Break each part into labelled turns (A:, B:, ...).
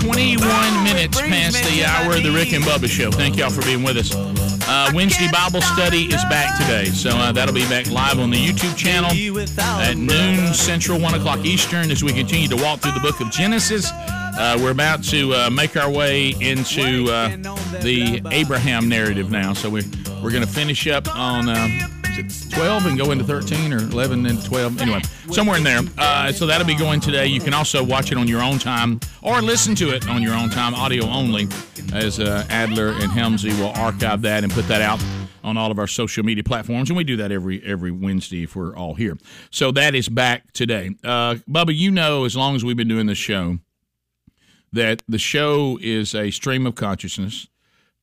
A: 21 minutes past the hour of the Rick and Bubba Show. Thank y'all for being with us. Uh, Wednesday Bible study is back today, so uh, that'll be back live on the YouTube channel at noon Central, 1 o'clock Eastern, as we continue to walk through the book of Genesis. Uh, we're about to uh, make our way into uh, the Abraham narrative now, so we're, we're going to finish up on. Um, is it 12 and go into 13 or 11 and 12 anyway somewhere in there uh, so that'll be going today you can also watch it on your own time or listen to it on your own time audio only as uh, adler and helmsy will archive that and put that out on all of our social media platforms and we do that every every wednesday if we're all here so that is back today uh, bubba you know as long as we've been doing this show that the show is a stream of consciousness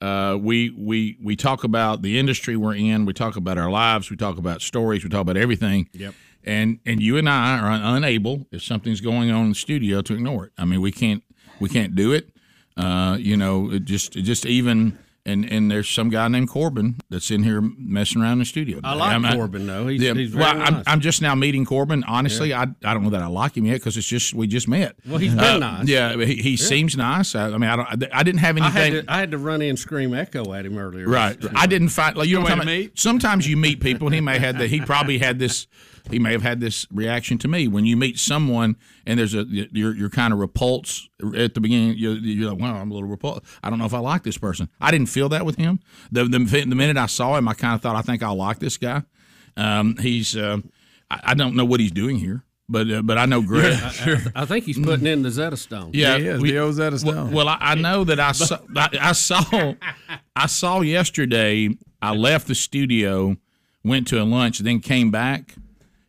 A: uh, we we we talk about the industry we're in. We talk about our lives. We talk about stories. We talk about everything. Yep. And and you and I are unable if something's going on in the studio to ignore it. I mean, we can't we can't do it. Uh, you know, it just it just even and and there's some guy named Corbin that's in here messing around in the studio.
B: I like
A: I'm-
B: Corbin though. He's,
A: yeah,
B: he's very
A: well, I'm,
B: nice.
A: I'm just now meeting Corbin. Honestly, I I don't know that I like him yet because it's just we just met.
B: well, he's been
A: Uh,
B: nice.
A: Yeah, he, he seems nice. I, I mean, I don't. I didn't have
B: I
A: anything.
B: had to I had to run in and scream echo at him earlier.
A: Right. I didn't find like you know what I'm
C: way
A: talking
C: to
A: about?
C: meet.
A: Sometimes you meet people and he may had the he probably had this he may have had this reaction to me when you meet someone and there's a you're you're kind of repulsed at the beginning you're, you're like wow I'm a little repulsed I don't know if I like this person I didn't feel that with him the the, the minute I saw him I kind of thought I think I like this guy um, he's uh, I, I don't know what he's doing here but uh, but I know Greg
B: I think he's putting in the Zeta Stone.
A: yeah,
C: He is. He owes that us
A: well,
C: now.
A: well, I, I know that I saw. I, I saw. I saw yesterday. I left the studio, went to a lunch, then came back,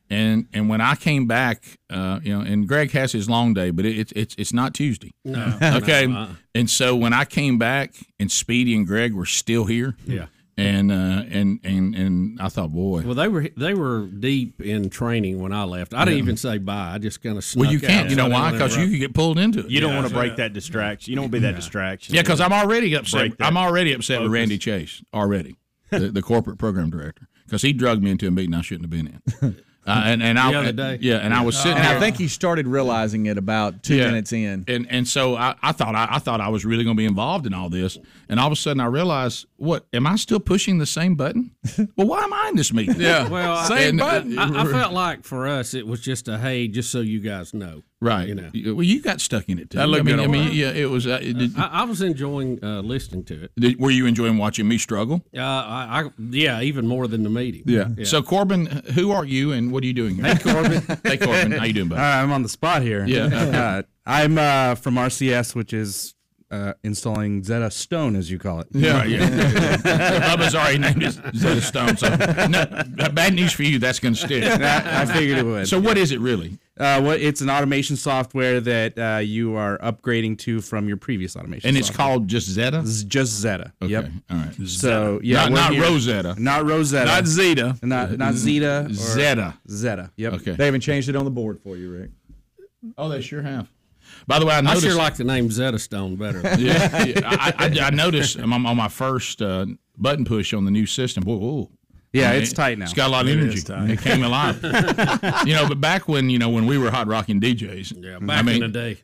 A: and and when I came back, uh, you know, and Greg has his long day, but it, it's it's it's not Tuesday. No. Okay. and so when I came back, and Speedy and Greg were still here.
B: Yeah.
A: And uh, and and and I thought, boy,
B: Well, they were they were deep in training when I left. I didn't even say bye. I just kind of
A: well, you can't. You know why? Because you could get pulled into it.
D: You don't want to break that distraction. You don't want to be that distraction.
A: Yeah, because I'm already upset.
D: Break that
A: I'm already upset with Randy Chase already, the, the corporate program director, because he drugged me into a meeting I shouldn't have been in. Uh, and and I
B: The other day.
A: yeah, and I was sitting.
C: And
A: there,
C: I think he started realizing it about two
A: Yeah.
C: minutes in.
A: and and so I, I thought I, I thought I was really going to be involved in all this, and all of a sudden I realized, what am I still pushing the same button? well, why am I in this meeting?
C: Yeah.
B: Well, I-
C: Same
A: And- uh,
C: button.
B: I, I felt like for us it was just a hey, just so you guys know.
A: Right.
B: You know.
A: Well, you got stuck in it too.
C: That looked
A: I mean,
C: good
A: I
C: on
A: mean,
C: mine.
A: yeah, it was. Uh, did,
B: I, I was enjoying uh, listening to it.
A: did- were you enjoying watching me struggle?
B: Uh, I, I yeah, even more than the meeting.
A: So Corbin, who are you, and what are you doing here? Hey Corbin. hey Corbin, how you doing, buddy?
E: All right, I'm on the spot here.
A: Yeah.
E: Uh, I'm uh, from RCS, which is uh, installing Zeta Stone, as you call it.
A: Yeah, right, yeah. Bubba's already named his Zeta Stone. So, no, bad news for you. That's going to stick.
E: I, I figured it would.
A: So, what is it really?
E: uh, what, it's an automation software that uh, you are upgrading to from your previous automation.
A: And it's
E: software.
A: called just Zeta.
E: It's just Zeta.
A: Okay,
E: Yep.
A: All right.
E: So yeah,
A: not
E: we're
A: not
E: here-
A: Rosetta.
E: Not Rosetta.
A: Not Zeta.
E: Not not Zeta. or-
A: Zeta.
E: Zeta. Yep.
A: Okay.
C: They even changed it on the board for you, Rick.
A: Oh, they sure have. By the way, I
B: I
A: noticed.
B: sure like the name Zeta Stone better.
A: yeah, yeah, I, I, I noticed I'm on my first uh, button push on the new system. Whoa, whoa.
E: Yeah,
A: I mean,
E: it's tight now.
A: It's got a lot of energy. It came alive. you know, but back when you know when we were hot rocking DJs.
B: yeah, back
A: I mean,
B: in the day.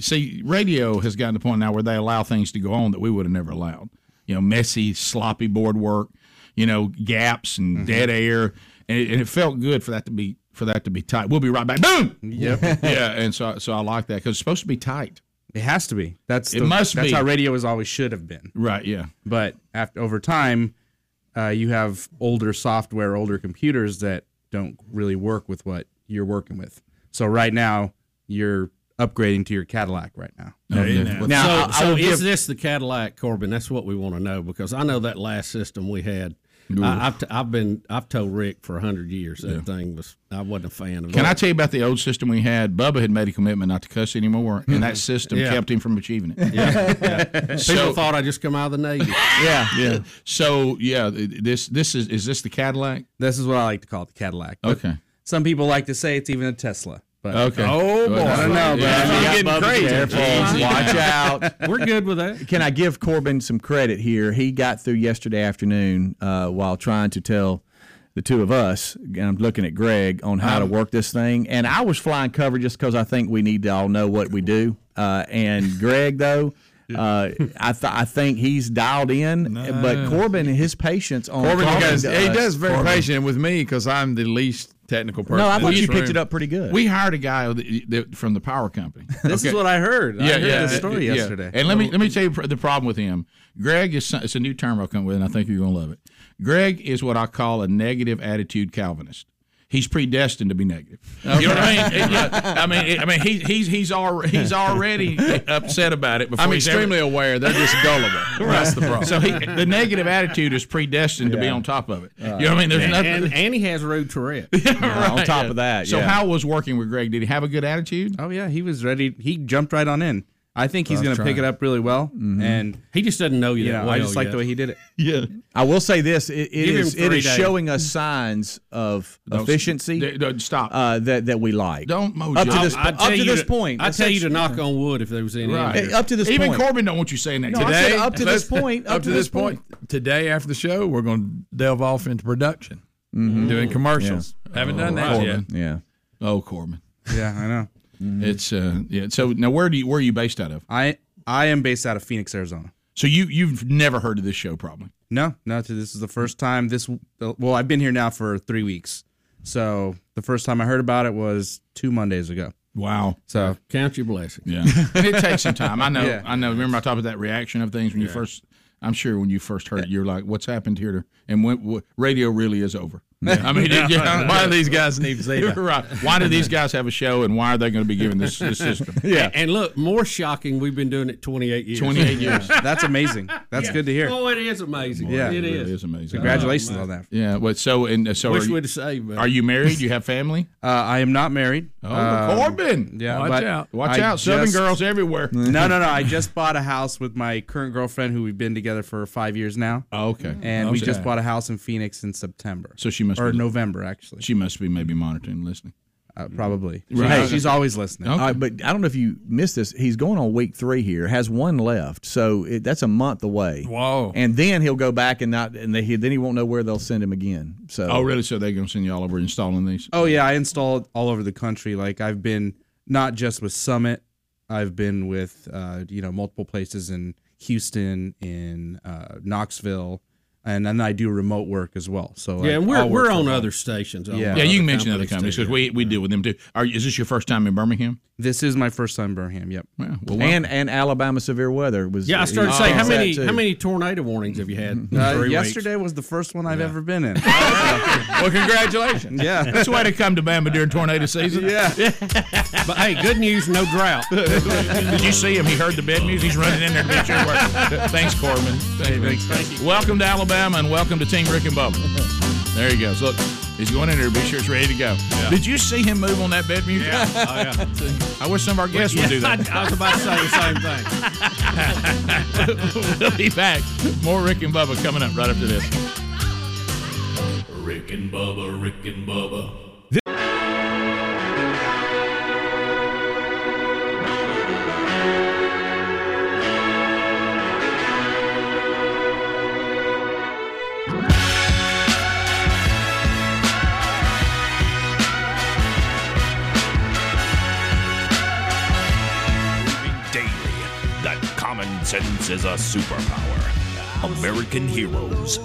A: see, radio has gotten to the point now where they allow things to go on that we would have never allowed. You know, messy, sloppy board work. You know, gaps and
E: Mm-hmm.
A: dead air, and it, and it felt good for that to be for that to be tight. We'll be right back. Boom. Yep. yeah, and so so I like that because it's supposed to be tight.
E: It has to be. That's
A: It
E: the-
A: must
E: That's
A: be.
E: how radio is always should have been.
A: Right. Yeah.
E: but after over time, uh, you have older software, older computers that don't really work with what you're working with. So right now, you're upgrading to your Cadillac right now. Now,
B: so, so is this the Cadillac Corbin? That's what we want to know because I know that last system we had I, I've, t- I've been I've told Rick for hundred years that thing was I wasn't a fan of.
A: Can
B: it.
A: I tell you about the old system we had? Bubba had made a commitment not to cuss anymore, and that system
B: Yeah.
A: kept him from achieving it.
B: People
A: so-
B: thought I just come out of the navy.
A: Yeah, yeah. So yeah, th- this this is is this the Cadillac?
E: This is what I like to call it, the Cadillac. But
A: Okay.
E: Some people like to say it's even a Tesla. But
A: Okay.
D: Oh, boy.
E: I don't know, but
A: Yeah,
E: I mean,
A: you got Bubba
C: Careful.
A: Easy.
C: Watch out.
B: We're good with that.
C: Can I give Corbin some credit here? He got through yesterday afternoon uh, while trying to tell the two of us, and I'm looking at Greg, on how
F: Um,
C: to work this thing. And I was flying cover just because I think we need to all know what we do. Uh, and Greg, though, uh, I th- I think he's dialed in, but Corbin, his patience on
F: Corbin, you
C: talking
F: guys,
C: to
F: he
C: us-
F: does very patient with me because I'm the least technical person.
C: No, I
F: in
C: thought
F: this
C: you picked
F: room.
C: it up pretty good.
A: We hired a guy that, that, from the power company.
E: This is what I heard. I heard
A: yeah,
E: this story
A: yeah.
E: yesterday.
A: And let me let me tell you pr- the problem with him. Greg is it's a new term I'll come with, and I think you're going to love it. Greg is what I call a negative attitude Calvinist. He's predestined to be negative. You know what I mean? It- yeah, I mean, it- I mean, he's he's he's already he's already upset about it. Before
F: I'm
A: he's ever-
F: extremely aware. They're just gullible. That's the problem.
A: so he, the negative attitude is predestined to be on top of it.
E: Uh,
A: You know what I mean? There's nothing.
B: And and he has road Tourette.
C: on
A: Right.
C: top of that,
A: So
C: yeah.
A: how was working with Greg? Did he have a good attitude?
E: Oh yeah, he was ready. He jumped right on in. I think he's going to pick it up really well.
A: Mm-hmm.
E: And
B: He just doesn't know you
E: you
B: that
E: know,
B: well.
E: I just like
B: yet.
E: the way he did it.
C: I will say this: it, it
B: Give him
C: is it
B: three
C: is
B: days.
C: showing us signs of efficiency
A: D- d- stop.
C: uh, that that we like.
A: Don't mojo.
C: up to this,
B: I
C: up
B: tell
C: to
B: you
C: this
B: to-
C: point.
B: I
C: let's
B: tell
C: say-
B: you to knock on wood if there was any.
A: Right.
B: in
C: Hey,
B: here.
C: up to this
A: Even
C: point.
A: Corbin don't want you saying that.
C: No, I said up to this
F: let's-
C: point.
F: Up to this point. Today, after the show, we're going to delve off into production,
E: Mm-hmm.
F: doing commercials. Haven't done that yet.
A: Corbin.
C: Yeah.
A: Oh, Corbin.
E: Yeah, I know.
A: It's uh yeah. So now where do you where are you based out of?
E: I I am based out of Phoenix, Arizona.
A: So you you've never heard of this show probably.
E: No, no. t- This is the first time. This well, I've been here now for three weeks. So the first time I heard about it was two Mondays ago.
A: Wow.
E: So
B: Count your blessings.
A: Yeah. and it takes some time. I know.
E: Yeah.
A: I know. Remember I talked about that reaction of things when you first I'm sure when you first heard it, you're like, "What's happened here?" And when, what, radio really is over. I mean, it- yeah,
F: Why do these guys need Zeta?
A: right. Why do these guys have a show, and why are they going to be given this, this system?
B: Yeah. And look, more shocking, we've been doing it 28 years.
A: 28 years.
E: that's amazing. That's good to hear.
B: Oh, it is amazing.
E: Yeah.
B: it
A: It really
B: is. Oh,
A: is amazing.
E: Congratulations on that.
A: Yeah. Well, so and uh, so are
B: Wish
A: you,
B: we'd have saved. but-
A: are you married? You have family?
E: Uh, I am not married.
A: Oh,
E: Um,
A: Corbin.
E: Yeah,
F: Watch
E: but
F: out.
A: Watch
E: I
A: out, Southern
E: just-
A: girls everywhere.
E: No, no, no. I just bought a house with my current girlfriend, who we've been together for five years now,
A: Oh, okay.
E: and we just
A: Okay.
E: bought a house in Phoenix in September.
A: So she must
E: or
A: be,
E: November actually.
A: She must be maybe monitoring, and listening.
E: Uh, probably.
A: Right.
E: She- she's always listening.
A: Okay.
C: All right, Uh, but I don't know if you missed this. He's going on week three here. Has one left, so it, that's a month away.
F: Whoa.
C: And then he'll go back and not, and they, he, then he won't know where they'll send him again. So
A: Oh, really? So they're going to send you all over installing these?
E: Oh yeah, I installed all over the country. Like I've been not just with Summit, I've been with uh, you know multiple places in Houston, in uh, Knoxville, and then I do remote work as well. So like,
B: yeah, and we're,
E: I'll work
B: we're
E: from
B: on
E: home.
B: other stations. on
E: Yeah.
A: yeah,
B: other
A: you can mention other
B: companies,
A: companies
B: too.
A: because we, we deal with them too. Are, is this your first time in Birmingham?
E: This is my first time in Birmingham. Yep.
A: Yeah, well,
C: and and Alabama severe weather was. uh,
B: Yeah, I started
C: he
B: saying how
C: says that
B: many
C: too.
B: how many tornado warnings have you had? in
E: Uh,
B: three
E: yesterday was the first one I've ever been in.
A: well, congratulations.
E: Yeah.
A: That's the way to come to Bama during tornado season. Yeah.
B: weeks? But hey, good news, no drought.
A: Did you see him? He heard the bed music. He's running in there to make sure it works. Thanks, Corbin. thanks. Thank you. Welcome to Alabama and welcome to Team Rick and Bubba. There he goes. Look, he's going in there. Be sure it's ready to go. Did you see him move on that bed music? Yeah. I wish some of our guests would do that.
B: I was about to say the same thing.
A: we'll be back. More Rick and Bubba coming up right after this.
G: Rick and Bubba, Rick and Bubba. Proving daily that common sense is a superpower. American heroes,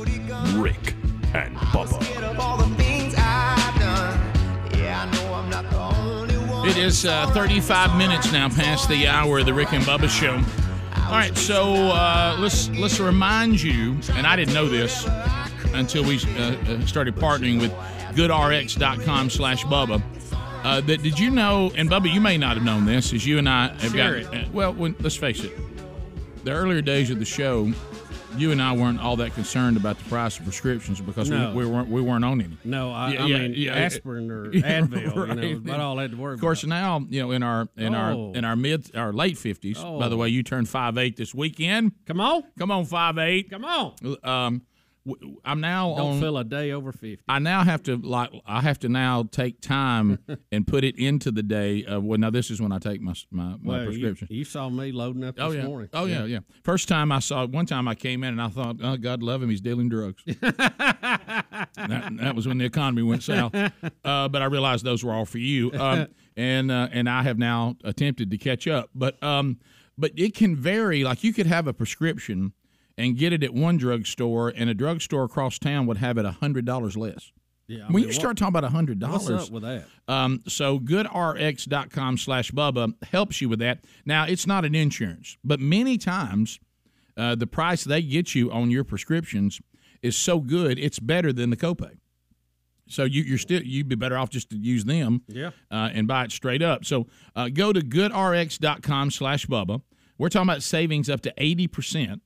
G: Rick and Bubba.
H: of all the things I've done. Yeah, I know I'm not the only one.
A: It is uh, 35 minutes now past the hour of the Rick and Bubba show. All right, so uh, let's let's remind you, and I didn't know this until we uh, uh, started partnering with GoodRx.com/Bubba. slash Bubba, Uh, that did you know? And Bubba, you may not have known this, as you and I have got. uh, well, when, let's face it, the earlier days of the show, you and I weren't all that concerned about the price of prescriptions because
B: No.
A: we, we weren't we weren't on any.
B: No, I,
A: Yeah,
B: I
A: yeah,
B: mean
A: yeah.
B: aspirin or
A: Yeah,
B: Advil. You know,
A: right.
B: but all I had to worry.
A: Of course,
B: about.
A: now you know in our in
B: Oh.
A: our in our mid our late fifties. By the
B: Oh.
A: way, you turned five eight this weekend.
B: Come on,
A: Come on, five eight.
B: come on.
A: Um, w- I'm now
B: Don't
A: on.
B: feel a day over fifty.
A: I now have to like I have to now take time and put it into the day of well now this is when I take my my, my
B: Well, you-
A: prescription.
B: You, saw me loading up this
A: oh yeah.
B: morning.
A: Oh yeah, yeah, First time I saw one time I came in and I thought, oh God love him, he's dealing drugs. that, that was when the economy went south. Uh, but I realized those were all for you. Um, and uh, and I have now attempted to catch up. But um, but it can vary. Like you could have a prescription and get it at one drugstore, and a drugstore across town would have it hundred dollars less.
B: yeah. I
A: when
B: mean,
A: you
B: what-
A: start talking about hundred
B: what's
A: dollars,
B: up with that?
A: um, so goodrx.com slash Bubba helps you with that. Now, it's not an insurance, but many times uh, the price they get you on your prescriptions is so good, it's better than the copay. So you, you're still you'd be better off just to use them,
B: Yeah.
A: uh, and buy it straight up. So uh, go to goodrx.com/bubba. We're talking about savings up to eighty percent,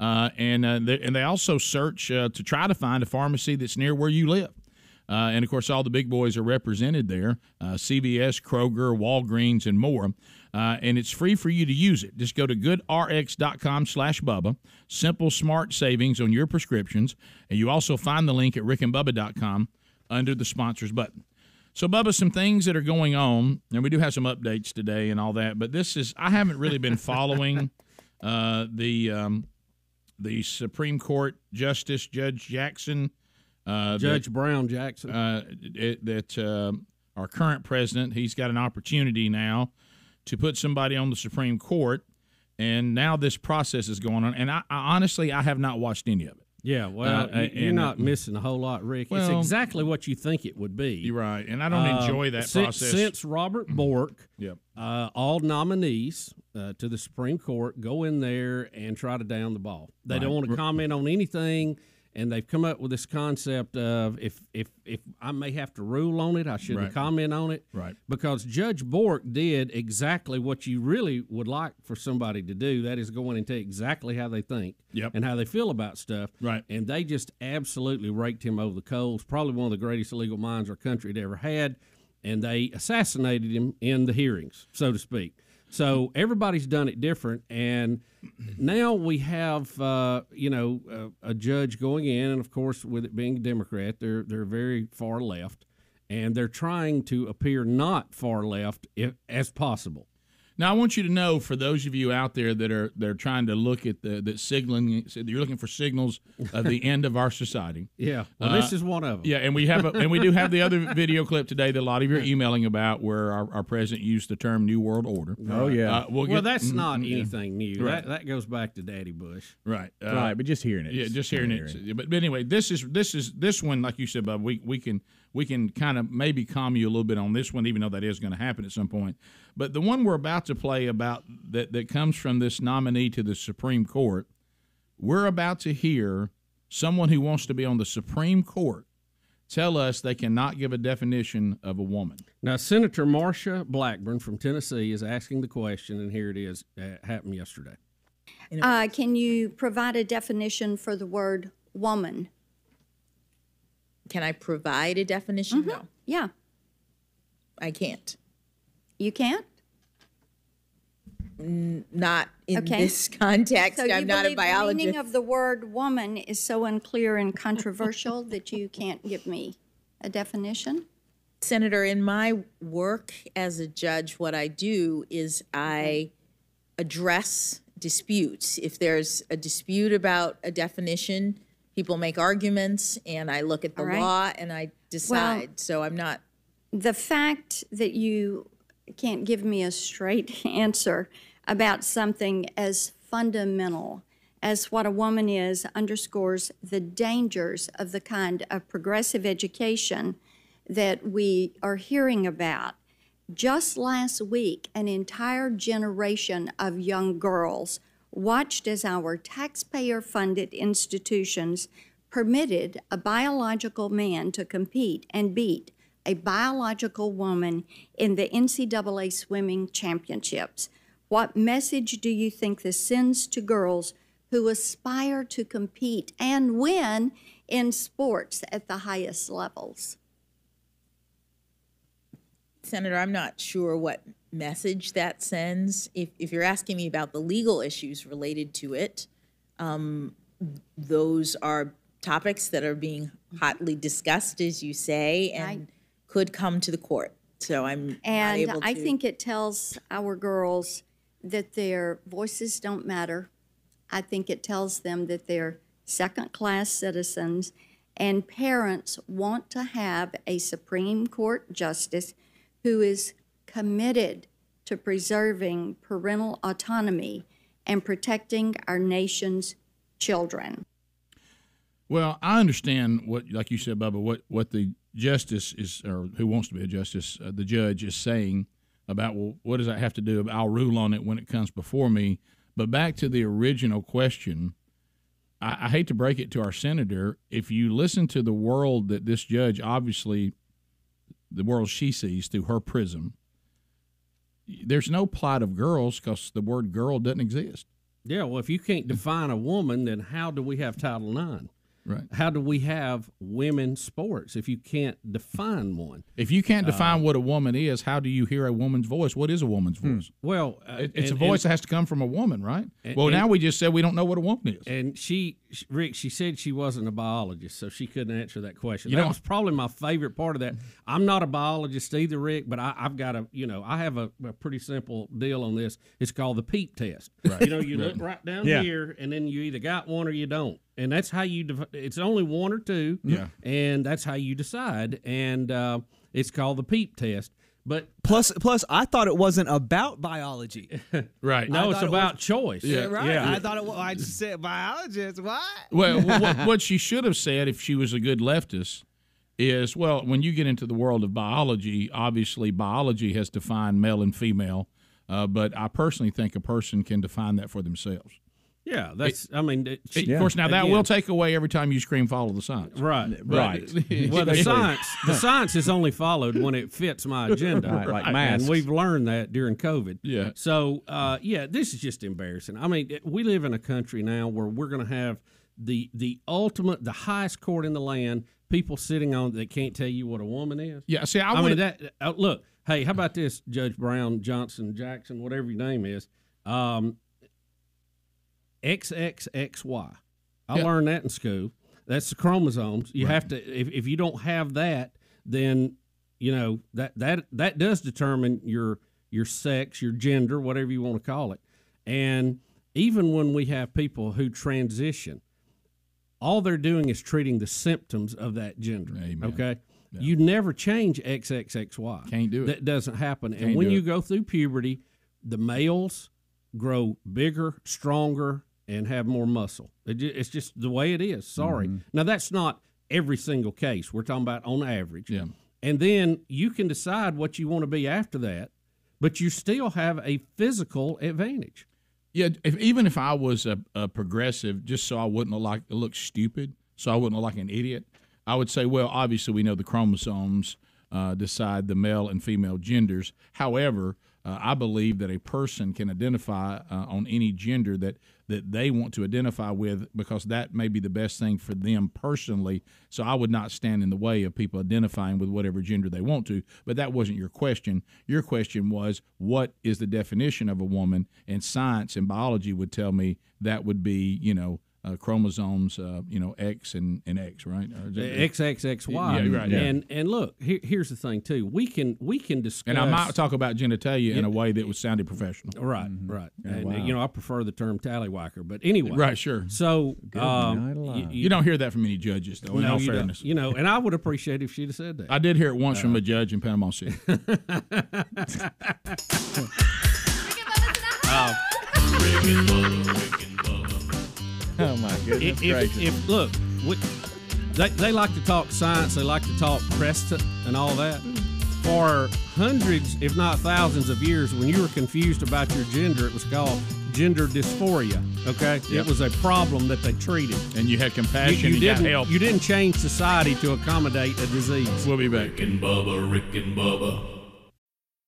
A: uh, and uh, they, and they also search uh, to try to find a pharmacy that's near where you live. Uh, and of course, all the big boys are represented there uh, CVS, Kroger, Walgreens, and more. Uh, and it's free for you to use it. Just go to goodrx.com slash Bubba. Simple, smart savings on your prescriptions. And you also find the link at rickandbubba.com under the sponsors button. So, Bubba, some things that are going on, and we do have some updates today and all that. But this is, I haven't really been following uh, the um, the Supreme Court Justice Judge Jackson. Uh, that-
B: Judge Brown Jackson.
A: uh, it- that uh, our current president he's got an opportunity now to put somebody on the Supreme Court, and now this process is going on. And I, I honestly I have not watched any of it.
B: yeah, well,
A: uh,
B: you- you're
A: and-
B: not missing a whole lot, Rick.
A: Well-
B: it's exactly what you think it would be.
A: You're right, and I don't
B: Uh,
A: enjoy that
B: since,
A: process. Mm-hmm.
B: Since Robert Bork,
A: Yep.
B: uh, all nominees uh, to the Supreme Court go in there and try to down the ball. They don't want to comment on anything, and they've come up with this concept of if if if I may have to rule on it, I shouldn't
A: Right.
B: comment on it.
A: Right.
B: Because Judge Bork did exactly what you really would like for somebody to do. That is go in and tell exactly how they think
A: Yep.
B: and how they feel about stuff.
A: Right.
B: And they just absolutely raked him over the coals. Probably one of the greatest legal minds our country had ever had. And they assassinated him in the hearings, so to speak. So everybody's done it different. And now we have, uh, you know, a, a judge going in. And of course, with it being a Democrat, they're, they're very far left. And they're trying to appear not far left if, as possible.
A: Now I want you to know for those of you out there that are they're trying to look at the that signaling you're looking for signals of the end of our society. Uh,
B: Yeah. Well, this is one of them.
A: Yeah, and we have a, and we do have the other video clip today that a lot of you are emailing about, where our, our president used the term "new world order."
C: Oh yeah,
A: Uh, we'll
B: Well,
A: get-
B: that's
A: mm,
B: not
A: yeah.
B: anything new.
A: Right.
B: That, that goes back to Daddy Bush.
A: right. Uh,
C: right. But just hearing it,
A: Yeah, just hearing it. But, but anyway, this is this is this one, like you said, Bob. We we can we can kind of maybe calm you a little bit on this one, even though that is going to happen at some point. But the one we're about to play about that that comes from this nominee to the Supreme Court, we're about to hear someone who wants to be on the Supreme Court tell us they cannot give a definition of a woman.
B: Now, Senator Marsha Blackburn from Tennessee is asking the question, and here it is. It happened yesterday.
I: Uh, can you provide a definition for the word woman?
J: Can I provide a definition?
I: Mm-hmm.
J: No,
I: Yeah,
J: I can't.
I: you can't?
J: Not in
I: Okay.
J: this context.
I: So you
J: I'm not a
I: believe the
J: biologist.
I: meaning of the word woman is so unclear and controversial that you can't give me a definition?
J: Senator, in my work as a judge, what I do is I
I: Mm-hmm.
J: address disputes. If there's a dispute about a definition, people make arguments, and I look at the
I: All right.
J: law and I decide. so I'm not.
I: The fact that you can't give me a straight answer about something as fundamental as what a woman is underscores the dangers of the kind of progressive education that we are hearing about. Just last week, an entire generation of young girls watched as our taxpayer funded institutions permitted a biological man to compete and beat a biological woman in the NCAA swimming championships. What message do you think this sends to girls who aspire to compete and win in sports at the highest levels.
J: Senator, I'm not sure what message that sends. If, if you're asking me about the legal issues related to it, um, those are topics that are being hotly discussed, as you say, and could come to the court. So I'm not
I: And
J: able
I: I
J: to-
I: think it tells our girls that their voices don't matter. I think it tells them that they're second class citizens, and parents want to have a Supreme Court justice who is committed to preserving parental autonomy and protecting our nation's children.
A: Well, I understand what, like you said, Bubba, what, what the justice is, or who wants to be a justice, uh, the judge is saying about, well, what does that have to do? I'll rule on it when it comes before me. But back to the original question, I, I hate to break it to our senator. If you listen to the world that this judge obviously, the world she sees through her prism, there's no plight of girls because the word girl doesn't exist.
B: Yeah, well, if you can't define a woman, then how do we have Title IX?
A: Right.
B: How do we have women's sports if you can't define one?
A: If you can't
B: Uh,
A: define what a woman is, how do you hear a woman's voice? What is a woman's voice?
B: Well, uh,
A: It- it's
B: and-
A: a voice
B: and-
A: that has to come from a woman, right?
B: And-
A: well,
B: and-
A: now we just said we don't know what a woman is.
B: And she, sh- Rick, she said she wasn't a biologist, so she couldn't answer that question.
A: You
B: that
A: know-
B: was probably my favorite part of that. I'm not a biologist either, Rick, but I, I've got a, you know, I have a, a pretty simple deal on this. It's called the PEEP test.
A: Right.
B: You know, you
A: Right.
B: look right down
A: Yeah.
B: here, and then you either got one or you don't, and that's how you. Def- it's only one or two.
A: Yeah.
B: and that's how you decide, and uh, it's called the PEEP test. But
K: Plus, plus, I thought it wasn't about biology.
A: Right.
B: no,
K: I
B: it's
K: thought it
B: about
K: was-
B: choice.
K: Yeah, right. I thought it was. I just said biologist. What?
A: Well, what, what she should have said if she was a good leftist is, well, when you get into the world of biology, obviously biology has defined male and female, uh, but I personally think a person can define that for themselves.
B: Yeah, that's. I mean, it-
A: It- Of course, now that
B: again-
A: will take away every time you scream "follow the science."
B: Right,
A: But-
B: right. well, the science the science is only followed when it fits my agenda,
A: Right, like masks.
B: And we've learned that during COVID.
A: Yeah.
B: So, uh, yeah, this is just embarrassing. I mean, it- we live in a country now where we're going to have the the ultimate, the highest court in the land. People sitting on that can't tell you what a woman is.
A: Yeah, see, I
B: mean
A: wanna-
B: that. Uh, look, hey, how about this, Judge Brown, Johnson, Jackson, whatever your name is, um, XXXY. I
A: Yeah.
B: learned that in school. That's the chromosomes. You have to if, if you don't have that, then you know that that that does determine your your sex, your gender, whatever you want to call it. And even when we have people who transition, all they're doing is treating the symptoms of that gender. Okay. You never change XXXY.
A: Can't do it.
B: That doesn't happen. and
A: Can't
B: when
A: do
B: you
A: it.
B: go through puberty, the males grow bigger, stronger, and have more muscle. It ju- it's just the way it is. Sorry.
A: Mhm.
B: Now, that's not every single case. We're talking about on average.
A: Yeah.
B: And then you can decide what you want to be after that, but you still have a physical advantage.
A: Yeah, if, even if I was a, a progressive, just so I wouldn't look like look stupid, so I wouldn't look like an idiot, I would say, well, obviously we know the chromosomes uh, decide the male and female genders. However, uh, I believe that a person can identify uh, on any gender that that they want to identify with because that may be the best thing for them personally. So I would not stand in the way of people identifying with whatever gender they want to. But that wasn't your question. Your question was, what is the definition of a woman? And science and biology would tell me that would be, you know, uh, chromosomes, uh, you know, X and, and X, right? Or
B: E,
A: is it-
B: XXXY.
A: Yeah, right. yeah.
B: And and look, here, here's the thing too. We can we can discuss
A: and I might talk about genitalia in a way that would sounded professional.
B: Right, right.
A: Oh,
B: and
A: wow.
B: you know, I prefer the term tallywhacker, but anyway.
A: Right, sure.
B: So
A: Good
B: um,
A: night
B: y-
A: alive.
B: y-
A: You don't hear that from any judges, though, in all
B: you don't.
A: fairness.
B: You know, and I would appreciate if she'd have said that.
A: I did hear it once
B: Uh-huh.
A: from a judge in Panama City.
E: Oh my goodness
B: If, if,
E: gracious.
B: if look, we, they, they like to talk science. They like to talk precedent and all that. For hundreds, if not thousands, of years, when you were confused about your gender, it was called gender dysphoria. Okay, it
A: Yep.
B: was a problem that they treated,
A: and you had compassion.
B: You,
A: and got
B: didn't
A: help.
B: You didn't change society to accommodate a disease.
A: We'll be back.
L: Rick and Bubba, Rick and Bubba.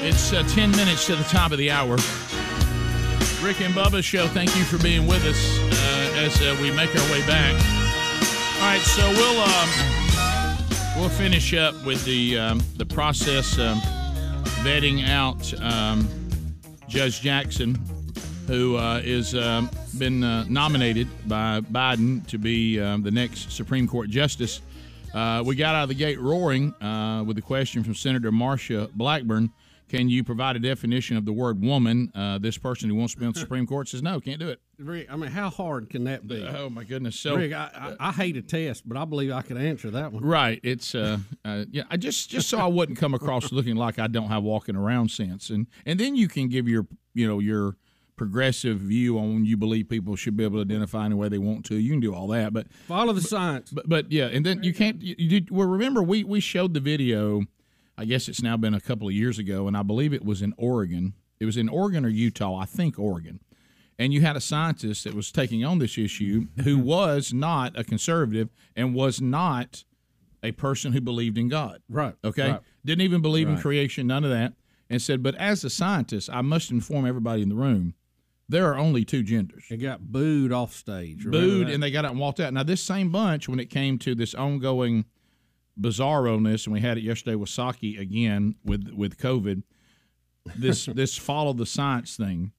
A: It's uh, 10 minutes to the top of the hour. Rick and Bubba Show, thank you for being with us uh, as uh, we make our way back. All right, so we'll um, we'll finish up with the um, the process um, vetting out um, Judge Jackson, who uh, is um, been uh, nominated by Biden to be um, the next Supreme Court justice. Uh, we got out of the gate roaring uh, with a question from Senator Marsha Blackburn. Can you provide a definition of the word woman? Uh, this person who wants to be on the Supreme Court says, no, can't do it.
B: Rick, I mean, how hard can that be?
A: Oh my goodness! So-
B: Rick, I, I, I hate a test, but I believe I could answer that one.
A: Right. It's uh, uh yeah. I just just so I wouldn't come across looking like I don't have walking around sense, and and then you can give your you know your progressive view on you believe people should be able to identify any way they want to. You can do all that, but
B: Follow the science.
A: but but yeah, and then you can't. You, you, well, remember we we showed the video. I guess it's now been a couple of years ago, and I believe it was in Oregon. It was in Oregon or Utah, I think Oregon. And you had a scientist that was taking on this issue
B: Mm-hmm.
A: who was not a conservative and was not a person who believed in God.
B: Right.
A: Okay.
B: right.
A: Didn't even believe in
B: Right.
A: creation, none of that. And said, but as a scientist, I must inform everybody in the room there are only two genders.
B: It got booed off stage. remember
A: Booed,
B: that?
A: and they got out and walked out. Now, this same bunch, when it came to this ongoing bizarro ness, and we had it yesterday with Saki again with, with COVID, this, this follow the science thing.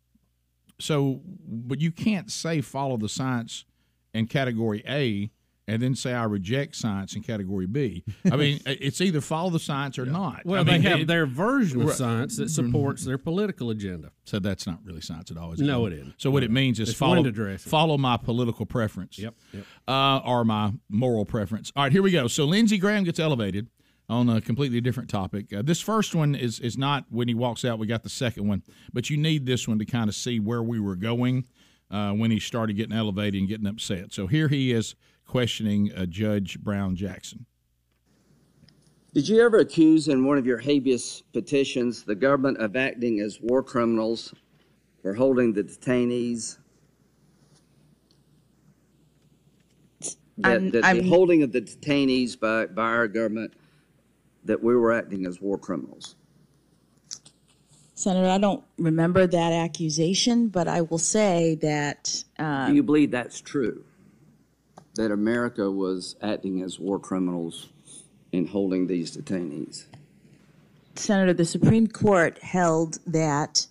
A: So, but you can't say follow the science in category A and then say I reject science in category B. I mean, it's either follow the science or not.
B: Well,
A: I mean,
B: they have
A: it-
B: their version of
A: Right. Mm-hmm.
B: science that supports their political agenda.
A: So that's not really science at all, is it?
B: No, it isn't.
A: So what it means is
B: It's
A: follow
B: wind addressing.
A: follow my political preference.
B: Yep, yep.
A: Uh, or my moral preference. All right, here we go. So Lindsey Graham gets elevated on a completely different topic. Uh, this first one is is not when he walks out. We got the second one, but you need this one to kind of see where we were going uh, when he started getting elevated and getting upset. So here he is questioning uh, Judge Brown Jackson.
M: Did you ever accuse in one of your habeas petitions the government of acting as war criminals for holding the detainees? That,
J: I'm-
M: that the
J: I'm-
M: holding of the detainees by, by our government, that we were acting as war criminals?
J: Senator, I don't remember that accusation, but I will say that uh,
M: Do you believe that's true? That America was acting as war criminals in holding these detainees?
J: Senator, the Supreme Court held that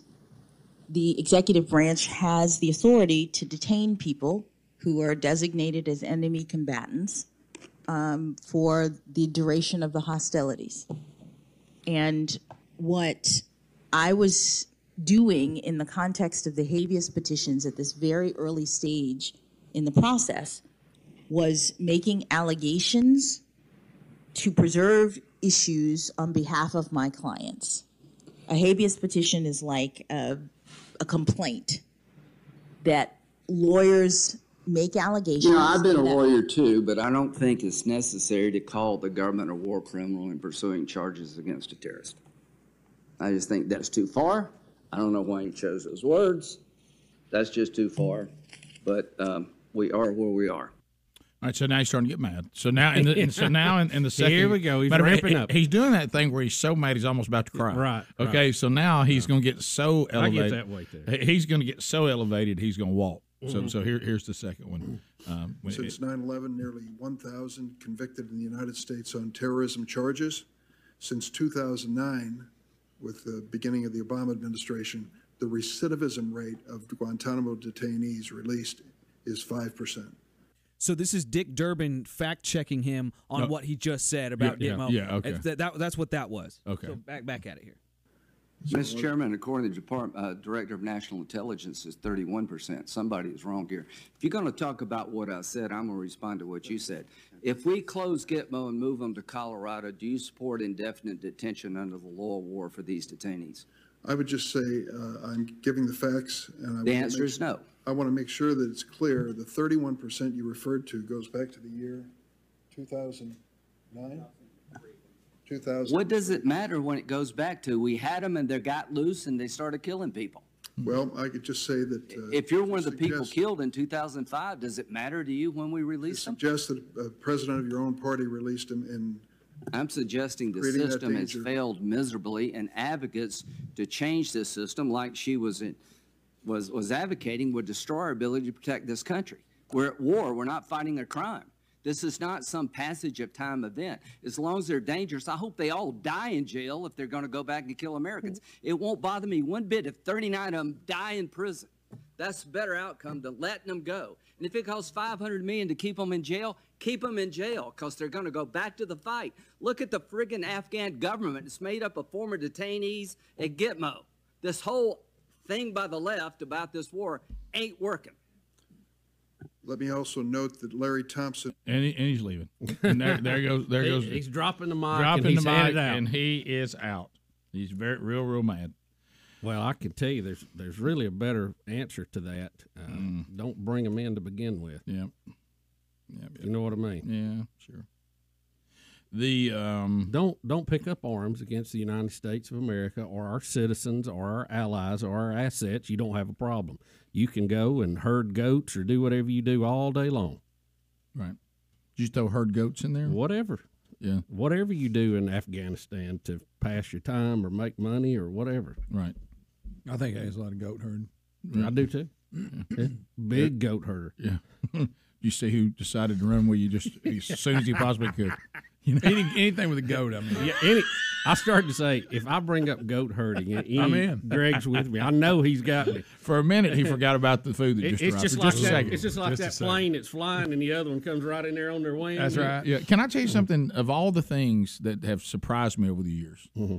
J: the executive branch has the authority to detain people who are designated as enemy combatants um, for the duration of the hostilities. And what I was doing in the context of the habeas petitions at this very early stage in the process was making allegations to preserve issues on behalf of my clients. A habeas petition is like a, a complaint that lawyers make allegations.
M: You know, I've been a
J: that-
M: lawyer too, but I don't think it's necessary to call the government a war criminal in pursuing charges against a terrorist. I just think that's too far. I don't know why he chose those words. That's just too far. But um, we are where we are.
A: All right, so now he's starting to get mad. So now, in the, and so now, in, in the second,
B: Here we go. He's
A: Matter of fact,
B: ramping up.
A: he- He's doing that thing where he's so mad he's almost about to cry.
B: Right, right.
A: Okay. So now he's going to get so
B: I
A: elevated.
B: get that way, too. Mm-hmm.
A: He- He's going to get so elevated he's going to walk. So
N: Mhm.
A: so here here's the second one. Um, when-
N: Since 9 11, nearly 1,000 convicted in the United States on terrorism charges. Since 2009, with the beginning of the Obama administration, the recidivism rate of Guantanamo detainees released is 5%.
K: So this is Dick Durbin fact checking him on
N: No.
K: what he just said about
N: Yeah, yeah,
K: Gitmo.
N: yeah, okay.
K: It's that- that- that's what that was.
N: Okay.
K: So back back at it here.
M: Mr. Chairman, according to the Depart- uh, Director of National Intelligence, is thirty-one percent. Somebody is wrong here. If you're gonna talk about what I said, I'm gonna respond to what you said. If we close Gitmo and move them to Colorado, do you support indefinite detention under the law of war for these detainees?
N: I would just say, uh, I'm giving the facts and I. wanna
M: The
N: make
M: answer is
N: sure-
M: no.
N: I want to make sure that it's clear, the thirty-one percent you referred to goes back to the year two thousand nine? Two thousand.
M: What does it matter when it goes back to, we had them and they got loose and they started killing people?
N: Well, I could just say that. uh,
M: If you're one of the people
N: suggest-
M: killed in two thousand and five, does it matter to you when we release them?
N: Suggest that uh, a president of your own party released him in
M: I'm suggesting the
N: Creating that
M: system has
N: danger.
M: failed miserably, and advocates to change this system, like she was in, was, was advocating, would destroy our ability to protect this country. We're at war, we're not fighting a crime. This is not some passage of time event. As long as they're dangerous, I hope they all die in jail if they're gonna go back and kill Americans. It won't bother me one bit if thirty-nine of them die in prison. That's a better outcome to letting them go. And if it costs 500 million to keep them in jail, keep them in jail because they're going to go back to the fight. Look at the friggin' Afghan government. It's made up of former detainees at Gitmo. This whole thing by the left about this war ain't working.
N: Let me also note that Larry Thompson.
A: And, he, and he's leaving. And there, there goes. There
N: He-
A: goes.
N: he's dropping the mic
A: Dropping
N: and he's
A: the mic,
N: headed out.
A: and he is out. He's very real, real mad.
B: Well, I can tell you, there's there's really a better answer to that. Uh, Don't bring them in to begin with.
A: Mm. Yep.
B: You know what I mean?
A: Yeah, sure. The um,
B: don't don't pick up arms against the United States of America or our citizens or our allies or our assets. You don't have a problem. You can go and herd goats or do whatever you do all day long.
A: Right. Did you throw herd goats in there?
B: Whatever.
A: Yeah.
B: Whatever you do in Afghanistan to pass your time or make money or whatever.
A: Right.
F: I think there's a lot of goat herding.
A: Mm.
B: I do too. Yeah. Big goat herder.
A: Yeah. you see who decided to run where you just as soon as he possibly could. You know, Any, anything with a goat. I mean,
B: Yeah, any, I started to say if I bring up goat herding, any,
A: I'm in.
B: Greg's with me. I know he's got me.
A: for a minute he forgot about the food that
B: It-
A: just
B: it's
A: arrived.
B: just
A: for
B: like
A: a
B: that.
A: second.
B: It's just like
A: a
B: that
A: second.
B: plane that's flying, and the other one comes right in there on their wing.
A: Yeah. Can I tell you something? Of all the things that have surprised me over the years,
B: Mm-hmm.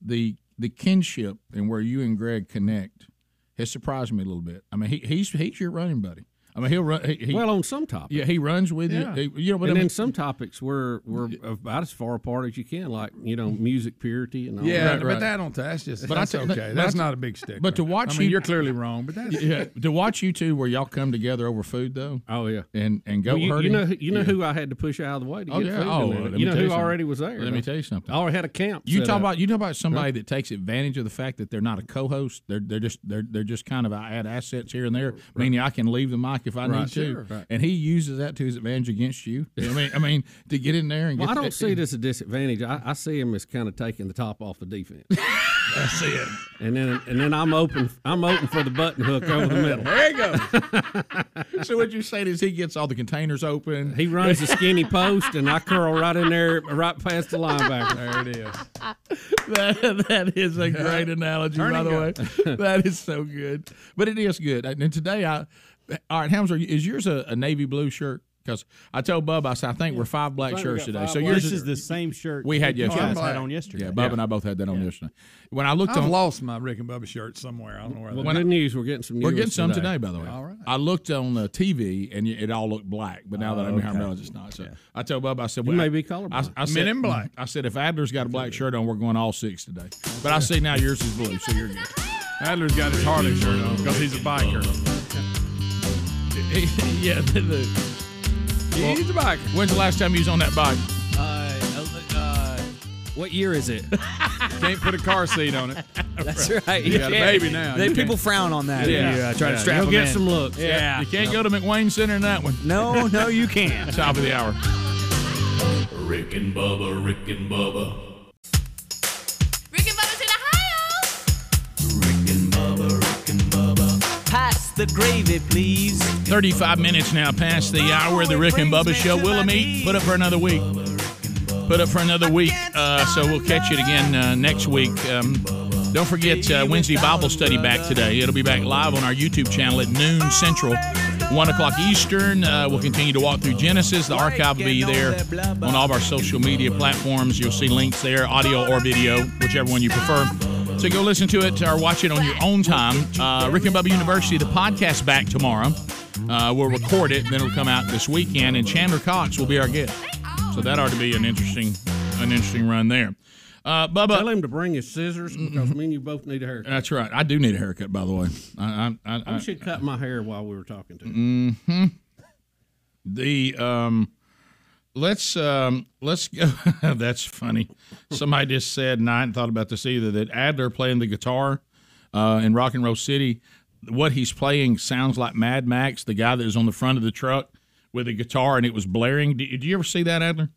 A: the the kinship and where you and Greg connect has surprised me a little bit. I mean, he, he's he's your running buddy. I mean, he'll run. He, he-
B: Well, on some topics.
A: Yeah, he runs with
B: Yeah.
A: you. He- you know,
B: and
A: but I mean,
B: then some topics we're we're about as far apart as you can, like you know music purity and all
F: Yeah,
B: that.
F: but that don't. That's just.
A: But I
F: that's
A: tell-
F: okay.
A: but
F: that's
A: I-
F: not a big stick.
A: But to watch
F: I mean,
A: you,
F: you're clearly wrong. But that's
A: yeah, to watch you two where y'all come together over food though.
B: Oh yeah,
A: and and go
B: Well, you, you
A: herding.
B: know who- you know
A: Yeah.
B: who I had to push out of the way to
A: Oh
B: get
A: yeah.
B: food. in
A: Oh,
B: there.
A: let me
B: you know
A: tell
B: who
A: something.
B: already was there.
A: Let me tell you something.
B: I already had a camp.
A: You
B: set
A: talk
B: up.
A: about you talk about somebody that takes advantage of the fact that they're not a co-host. They're they're just they're they're just kind of I add assets here and there. Meaning I can leave the mic if I
B: Right.
A: need to,
B: Sure. Right.
A: and he uses that to his advantage against you. I mean, I mean to get in there and
B: Well, I
A: get
B: don't see it as a disadvantage. I, I see him as kind of taking the top off the defense. I see it, and then and then I'm open. I'm open for the button hook over the middle.
A: There you go. so what you're saying is he gets all the containers open.
B: He runs the skinny post, and I curl right in there, right past the linebacker.
A: There it is. that, that is a great analogy, by the way. That is so good. But it is good. And and today, I all right, Helms, are you- is yours a, a navy blue shirt? Because I told Bub, I said, I think we're five black
E: I think we
A: shirts
E: got
A: today.
E: five
A: So
E: black.
A: yours
E: This is the same shirt
A: we had
E: that you
A: yesterday.
E: guys had on yesterday.
A: Yeah, Bub
E: Yeah.
A: and I both had that on yesterday. When I looked
F: I've
A: on,
F: lost my Rick and Bubba shirt somewhere. I don't know where.
A: Well,
F: that
A: good
F: is.
B: news. We're getting some.
A: we're getting some today, by the way.
F: All right.
A: I looked on the TV and it all looked black, but now that I'm
F: Oh,
A: here, I
F: okay.
A: realize it's not. So I told Bub, I said,
B: You
A: well,
B: may
A: I-
B: be colorblind.
A: I, I
B: Men
A: said,
B: in black.
A: I said, if Adler's got a black shirt on, we're going all six today. But I see now yours is blue, so you're good.
F: Adler's got his Harley shirt on because he's a biker.
A: yeah, the, the,
F: he's a biker.
A: When's the last time you was on that bike?
K: Uh, uh, what year is it?
F: Can't put a car seat on it.
K: That's right.
F: You got a
K: can't.
F: baby now.
K: They,
F: You
K: people
F: can't.
K: frown on that.
F: Yeah.
K: Yeah, you, uh, try to
F: Yeah.
K: strap
F: You'll
K: them
F: get
K: in.
F: some looks.
K: Yeah,
A: Yeah, you can't go to McWayne Center in that one.
K: No, no, you can't.
A: Top of the hour.
L: Rick and Bubba, Rick and Bubba.
E: Pass the gravy, please.
A: 35 minutes now past the hour of the Rick and Bubba Show. Willamette, put up for another week. Put up for another week. Uh, so we'll catch it again uh, next week. Um, don't forget uh, Wednesday Bible study back today. It'll be back live on our YouTube channel at noon central, 1 o'clock Eastern. Uh, we'll continue to walk through Genesis. The archive will be there on all of our social media platforms. You'll see links there, audio or video, whichever one you prefer. So go listen to it or watch it on your own time. Uh, Rick and Bubba University, the podcast back tomorrow. Uh, we'll record it, then it'll come out this weekend, and Chandler Cox will be our guest. So that ought to be an interesting, an interesting run there. Uh, Bubba,
B: tell him to bring his scissors because me and you both need a haircut.
A: Mm-hmm. That's right. I do need a haircut, by the way. I, I, I,
B: I should cut my hair while we were talking to.
A: hmm The um, let's um, let's go. that's funny. Somebody just said, and I hadn't thought about this either. That Adler playing the guitar uh, in Rock and Roll City, what he's playing sounds like Mad Max, the guy that was on the front of the truck with a guitar and it was blaring. Did, did you ever see that Adler?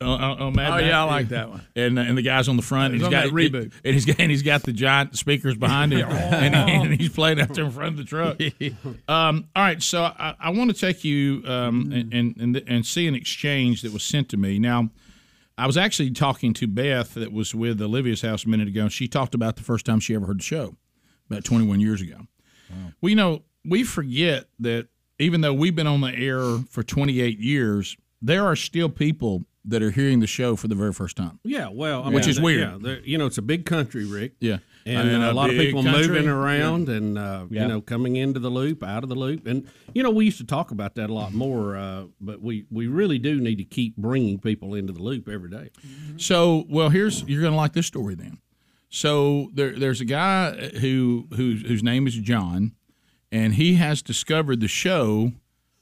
A: Uh, uh,
F: Oh,
A: uh, Mad Max?
F: yeah, I like that one.
A: And and the guys on the front, and
F: He's
A: he's
F: on that
A: got
F: reboot.
A: and he's got and he's got the giant speakers behind him, and, and he's playing out there in front of the truck. Um, all right, so I, I want to take you
B: Mm-hmm.
A: um, and, and and and see an exchange that was sent to me. Now, I was actually talking to Beth that was with Olivia's house a minute ago. She talked about the first time she ever heard the show, about 21 years ago. Well, you know, we forget that even though we've been on the air for 28 years, there are still people that are hearing the show for the very first time.
B: Yeah, well, I
A: Which
B: mean,
A: is
B: th-
A: weird.
B: yeah, they're- you know, it's a big country, Rick.
A: Yeah.
B: and,
A: And
B: uh, a
A: a
B: lot of
A: big
B: people
A: country.
B: moving around,
A: Yeah.
B: and uh,
A: Yeah.
B: you know, coming into the loop, out of the loop, and you know, we used to talk about that a lot more. Uh, but we we really do need to keep bringing people into the loop every day.
A: Mm-hmm. So, well, here's you're going to like this story then. So there, there's a guy who whose whose name is John, and he has discovered the show.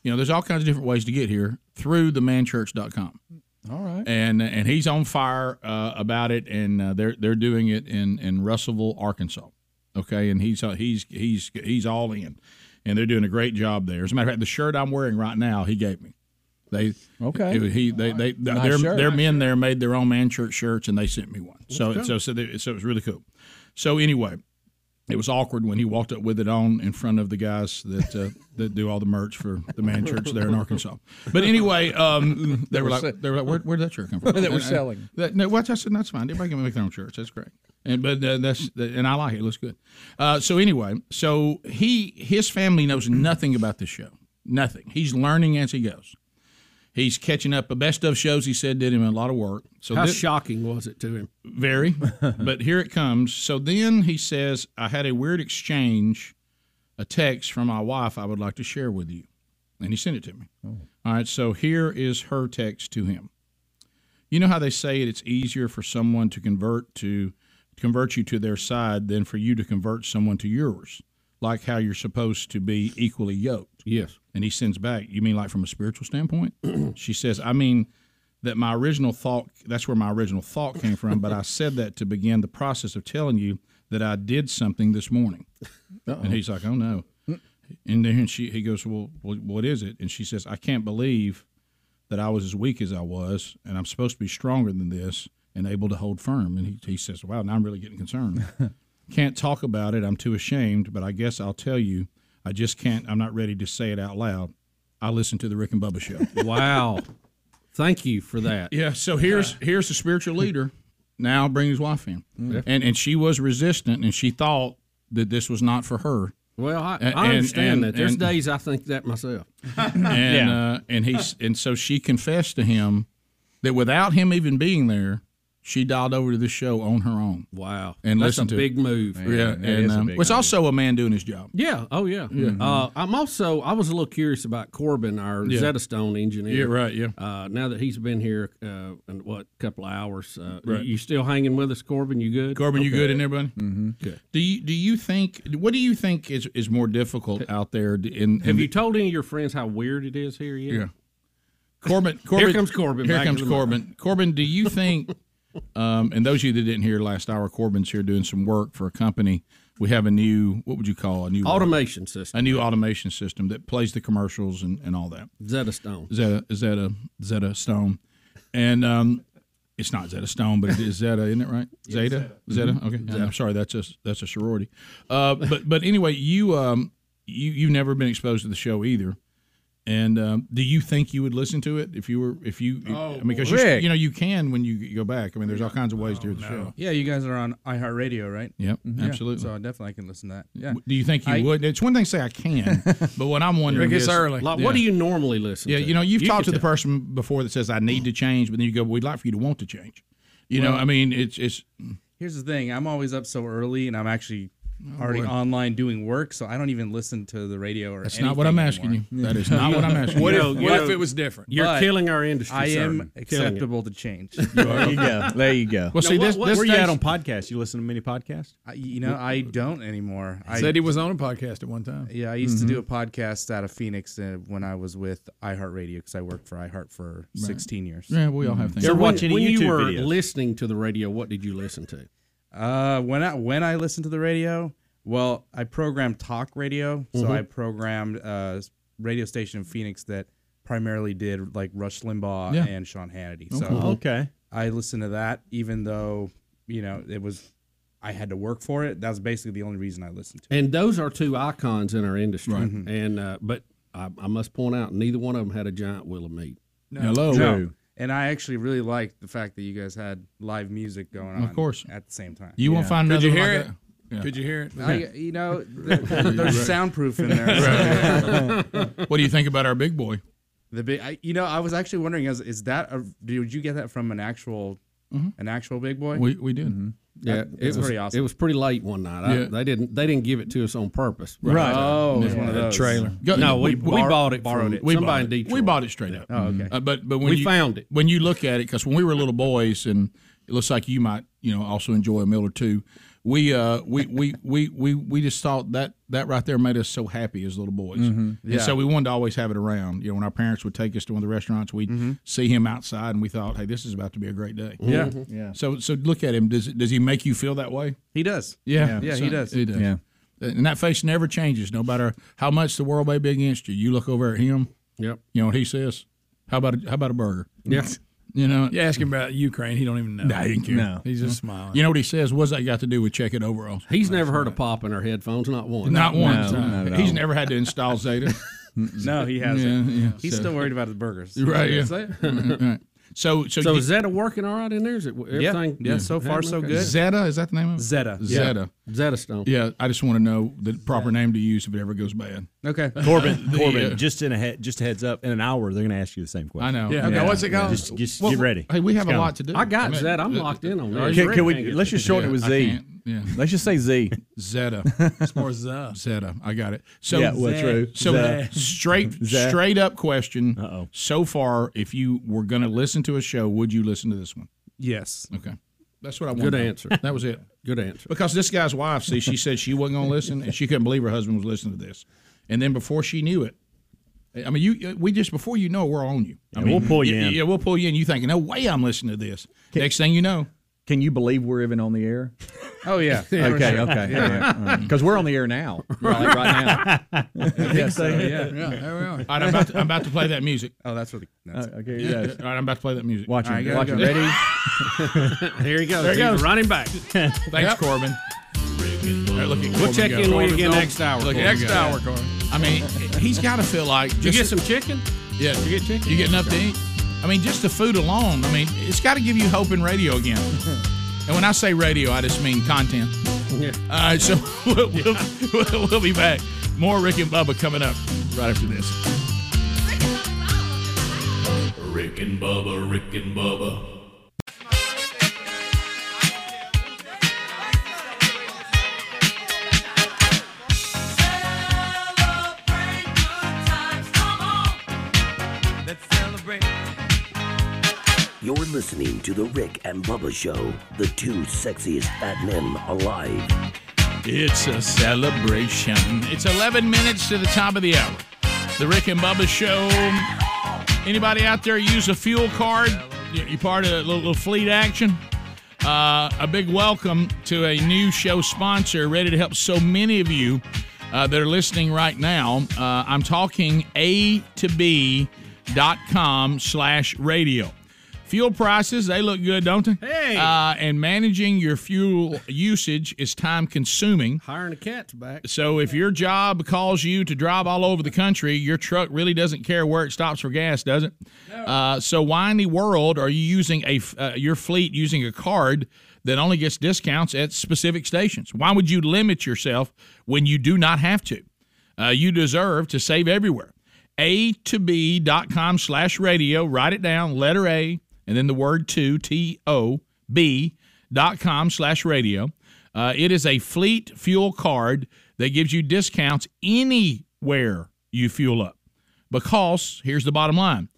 A: You know, there's all kinds of different ways to get here through themanchurch.com.
F: All right.
A: And and he's on fire uh, about it, and uh, they're they're doing it in in Russellville, Arkansas. Okay, and he's uh, he's he's he's all in, and they're doing a great job there. As a matter of fact, the shirt I'm wearing right now, he gave me. They
F: Okay.
A: it was- he they they, they
F: Nice
A: their,
F: shirt.
A: their
F: Nice
A: men there made their own man church shirts, and they sent me one. So
F: That's
A: so
F: cool.
A: so they, so it was really cool. So anyway, it was awkward when he walked up with it on in front of the guys that uh, that do all the merch for the man church there in Arkansas. But anyway, um, they were like they were like, where where did that shirt come from?
F: That we're
A: And- and-
F: selling.
A: That, no, well, I said that's fine. Everybody can make their own shirts. That's great. And but uh, that's and I like it. It looks good. Uh, so anyway, so he his family knows nothing about this show. Nothing. He's learning as he goes. He's catching up. The best of shows he said did him a lot of work. So
B: How
A: thi-
B: shocking was it to him?
A: very, but here it comes. So then he says, I had a weird exchange, a text from my wife I would like to share with you. And he sent it to me. All right, so here is her text to him. You know how they say it, it's easier for someone to convert to convert you to their side than for you to convert someone to yours, like how you're supposed to be equally yoked.
B: Yes.
A: And he sends back, you mean like from a spiritual standpoint? she says, I mean that my original thought that's where my original thought came from, but I said that to begin the process of telling you that I did something this morning. And he's like, "Oh no." And then she he goes, "Well, wh- what is it?" And she says, "I can't believe that I was as weak as I was, and I'm supposed to be stronger than this and able to hold firm." And he, he says, "Wow, now I'm really getting concerned. can't talk about it. I'm too ashamed, but I guess I'll tell you. I just can't. I'm not ready to say it out loud. I listen to the Rick and Bubba show."
B: Wow. Thank you for that.
A: Yeah. So here's here's the spiritual leader now bring his wife in,
B: Yeah.
A: and and she was resistant, and she thought that this was not for her.
B: Well, I,
A: A- and-
B: I understand
A: and-
B: that. There's
A: and-
B: days I think that myself.
A: and uh, and he and so she confessed to him that without him even being there, she dialed over to this show on her own.
B: Wow,
A: and
B: That's
A: listened
B: a
A: to
B: big
A: it.
B: move. Man,
A: yeah,
B: that
A: and
B: is a
A: um,
B: big
A: it's also a man doing his job.
B: Yeah. Oh, yeah.
A: Mhm.
B: Uh, I'm also. I was a little curious about Corbin, our
A: Yeah.
B: Zeta Stone engineer.
A: Yeah, right, yeah.
B: Uh, now that he's been here, uh, in, what couple of hours? Uh,
A: Right.
B: You still hanging with us, Corbin? You good?
A: Corbin, you
B: Okay.
A: good in there, buddy? Mm-hmm. Do you do you think what do you think is, is more difficult out there? In, in
B: Have you told any of your friends how weird it is here yet?
A: Yeah. Corbin, Corbin,
B: here comes Corbin.
A: Here
B: back
A: comes
B: to the mic.
A: Corbin. Corbin, do you think? um, and those of you that didn't hear last hour, Corbin's here doing some work for a company. We have a new, what would you call a new
B: Automation system?
A: A new automation system that plays the commercials and, and all that.
B: Zeta Stone.
A: Zeta is that a Zeta Stone, and um, it's not Zeta Stone, but it is Zeta, isn't it right? Zeta, Zeta.
F: Zeta.
A: Okay,
F: Mhm.
A: I'm sorry, that's a that's a sorority. Uh, but but anyway, you um you you've never been exposed to the show either, and um, do you think you would listen to it if you were if you?
E: Oh,
A: I mean, because
E: Rick.
A: you know you can when you go back. I mean, there's all kinds of ways to hear the
E: Oh,
A: show.
E: Yeah, you guys are on iHeartRadio, right? Mm-hmm.
A: Yep,
E: Yeah,
A: absolutely.
E: So I definitely can listen to that. Yeah.
A: Do you think you
E: I-
A: would? It's one thing to say I can, but what I'm wondering
E: Rick, it's
A: is
E: early.
B: Like, what do you normally listen?
A: Yeah,
B: to?
A: you know, you've talked to
B: can
A: the person before that says I need to change, but then you go, "We'd like for you to want to change." You know,
E: Well-
A: I mean, it's it's
E: Here's the thing: I'm always up so early, and I'm actually
A: Oh,
E: already
A: boy.
E: online doing work, so I don't even listen to the radio or.
A: That's not what I'm
E: anything
A: asking you.
E: anymore.
A: That is not what I'm asking you. What if- what if it was different? You're
E: But
A: killing our industry,
E: I
A: sir.
E: am
A: Killing it.
E: acceptable to change.
A: There you go. There you go. Well, see, this- this
K: where you at
A: thing's-
K: on podcasts? You listen to many podcasts?
E: I, you know, I don't anymore. I
F: Said he was on a podcast at one time.
E: Yeah, I used to do a podcast out of Phoenix uh, when I was with iHeartRadio because I worked for iHeart for
B: Right.
E: 16 years. Mm-hmm.
B: So when, when you were listening to the radio, what did you listen to?
E: Uh, when I when I listened to the radio, well, I programmed talk radio, so
B: Mhm.
E: I programmed a radio station in Phoenix that primarily did like Rush Limbaugh
K: Yeah.
E: and Sean Hannity.
K: Okay.
E: So
K: Okay.
E: I listened to that, even though you know it was I had to work for it. That was basically the only reason I listened to. it.
B: And those are two icons in our industry.
E: Right.
B: And uh, but I, I must point out, neither one of them had a giant wheel of meat.
E: No. And I actually really liked the fact that you guys had live music going on.
A: Of course.
E: At the same time.
A: You won't find Could you another hear
F: like it? that. Yeah. Could you hear it?
E: I, you know,
F: Yeah.
E: th- there's
F: Right.
E: soundproof in there.
F: Right. What do you think about our big boy?
E: The big, I, you know, I was actually wondering, is, is that, a, did you get that from an actual,
A: Mhm.
E: an actual big boy?
A: We- we did. Mhm.
B: Mm-hmm. Yeah,
E: Mm-hmm. That-
B: it
E: it's
B: was
E: pretty awesome.
B: It was pretty late one night. I-
E: Yeah.
B: they didn't they didn't give it to us on purpose.
E: Right. Oh, it was
B: Yeah.
E: one of those.
A: Go-
B: no, we, we
A: bar-
B: bought it.
A: borrowed
B: from
A: We
B: somebody
A: bought
B: in
A: it.
B: Detroit.
A: We bought it straight up.
B: Oh, okay.
A: Uh, but but when
B: We
A: you,
B: found it
A: when you look at it, because when we were little boys, and it looks like you might you know also enjoy a meal or two. We uh we we we we we just thought that that right there made us so happy as little boys,
F: Mhm.
A: and
F: Yeah.
A: so we wanted to always have it around. You know, when our parents would take us to one of the restaurants, we'd see him outside, and we thought, hey, this is about to be a great day.
E: Yeah. Mhm. Yeah.
A: So so look at him. Does does he make you feel that way?
E: He does.
A: Yeah.
E: Yeah,
A: So-
E: he does.
A: He does.
E: Yeah.
A: And that face never changes, no matter how much the world may be against you. You look over at him.
B: Yep.
A: You know what he says? How about a, how about a burger?
F: Yeah.
A: You know.
F: You ask him about Ukraine, he don't even know.
A: Nah, he didn't care.
F: No. He's just smiling.
A: You know what he says? What's that got to do with check it overalls?
B: He's never heard a pop in our headphones, not one.
A: Not one
B: No,
A: time.
B: not at
A: He's
B: all.
A: never had to install Zeta.
E: No, he hasn't.
A: Yeah, yeah.
E: He's
A: So-
E: still worried about the burgers.
A: Right. Yeah.
E: Is that-
A: Right. So so,
B: So
A: you-
B: is Zeta working all right in there? Is it everything? happening okay?
A: Zeta, is that the name of it?
E: Zeta.
A: Zeta.
B: Zeta Stone.
A: Yeah, I just want to know the proper name to use if it ever goes bad.
E: Okay.
K: Corbin,
A: The,
K: Corbin,
A: uh,
K: just in a head, just a heads up. In an hour, they're going to ask you the same question.
A: I know.
K: Just, just
A: Well,
K: get ready.
A: Hey, we have
K: It's
A: a
K: coming.
A: lot to do.
B: I got
A: mean,
B: Zeta. I'm
A: uh,
B: locked in on
A: are
B: that.
A: you
C: Can, can
A: ready?
C: we? Let's just shorten it with
A: I
C: Z.
A: can't. Yeah.
C: Let's just say Z.
A: Zeta.
F: It's more Zeta.
A: Zeta. I got it. So
C: Yeah, well, true.
A: So
C: Zeta.
A: straight
C: Zeta.
A: straight up question. Uh-oh. So far, if you were going to listen to a show, would you listen to this one?
E: Yes.
A: Okay. That's what I wanted.
B: Good
A: to know.
B: answer.
A: That was it.
B: Good answer.
A: Because this guy's wife, see, she said she wasn't going to listen, and she couldn't believe her husband was listening to this. And then before she knew it, I mean, you we just before you know, it, we're on you. I
K: Yeah,
A: mean,
K: we'll pull you
A: yeah,
K: in.
A: Yeah, we'll pull you in. You thinking, no way, I'm listening to this. Next thing you know,
C: Can you believe we're even on the air?
E: Oh yeah.
C: okay. Okay.
E: Yeah.
C: Because we're on the air now. Right, right now.
A: Yes,
C: So,
A: All right, I'm about, to, I'm about to play that music.
E: Oh, that's really. That's,
C: Uh, okay, yes.
A: All right, I'm about to play that music.
C: Watch
A: All right,
C: him.
A: go,
C: Watch
A: go.
C: him. Ready?
B: There he goes.
A: There he
B: He's
A: goes.
B: a running back.
A: Thanks, Corbin. All right, look at
B: We'll
A: Corbin
B: check
A: go.
B: in with you
A: Corbin's
B: again
A: on-
B: next hour,
A: Look,
B: Corbin.
A: next
B: Yeah.
A: hour, Corbin. I mean, he's got to feel like.
B: Did you get
A: just-
B: some chicken?
A: Yeah, you get chicken. You get enough to eat. I mean, just the food alone. I mean, it's got to give you hope in radio again. and when I say radio, I just mean content.
B: Yeah.
A: All right, so we'll, we'll, we'll, we'll be back. More Rick and Bubba coming up right after this.
L: Rick and Bubba, Rick and Bubba.
O: You're listening to The Rick and Bubba Show, the two sexiest fat men alive.
A: It's a celebration. It's 11 minutes to the top of the hour. The Rick and Bubba Show. Anybody out there use a fuel card? You- You part of a little, little fleet action? Uh, a big welcome to a new show sponsor ready to help so many of you uh, that are listening right now. Uh, I'm talking A to B dot com slash radio. Fuel prices, they look good, don't they? Hey! Uh, and managing your fuel usage is time consuming.
B: Hiring a cat's back.
A: So if your job calls you to drive all over the country, your truck really doesn't care where it stops for gas, does it? Uh, so why in the world are you using a f- uh, your fleet using a card that only gets discounts at specific stations? Why would you limit yourself when you do not have to? Uh, you deserve to save everywhere. A to B dot com slash radio. Write it down. Letter A and then the word to T O B com slash radio. Uh, it is a fleet fuel card that gives you discounts anywhere you fuel up. Because here's the bottom line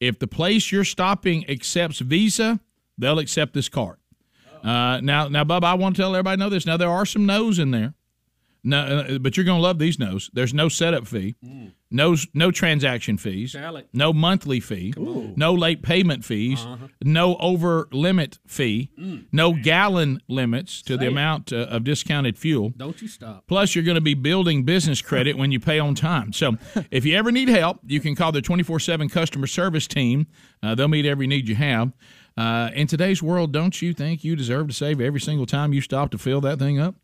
A: if the place you're stopping accepts Visa, they'll accept this card. Uh, now, now, Bub, I want to tell everybody know this. Now, there are some no's in there. No, uh, but you're going to love these no's. There's no setup fee,
B: Mm.
A: no no transaction fees,
B: Sally.
A: no monthly fee, no late payment fees,
B: Uh-huh.
A: no over limit fee,
B: Mm.
A: no gallon limits to
B: Say
A: the
B: it.
A: amount uh, of discounted fuel.
B: Don't you stop.
A: Plus, you're going to be building business credit when you pay on time. So, if you ever need help, you can call the 24 7 customer service team. Uh, they'll meet every need you have. Uh, in today's world, don't you think you deserve to save every single time you stop to fill that thing up?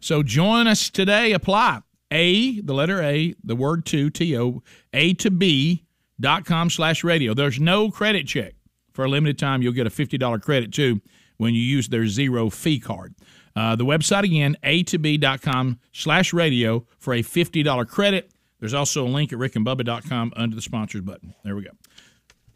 A: So, join us today. Apply A, the letter A, the word to, T O, A to B dot com slash radio. There's no credit check. For a limited time, you'll get a $50 credit too when you use their zero fee card. Uh, the website again, a to b.com slash radio for a $50 credit. There's also a link at rickandbubba.com under the sponsors button. There we go.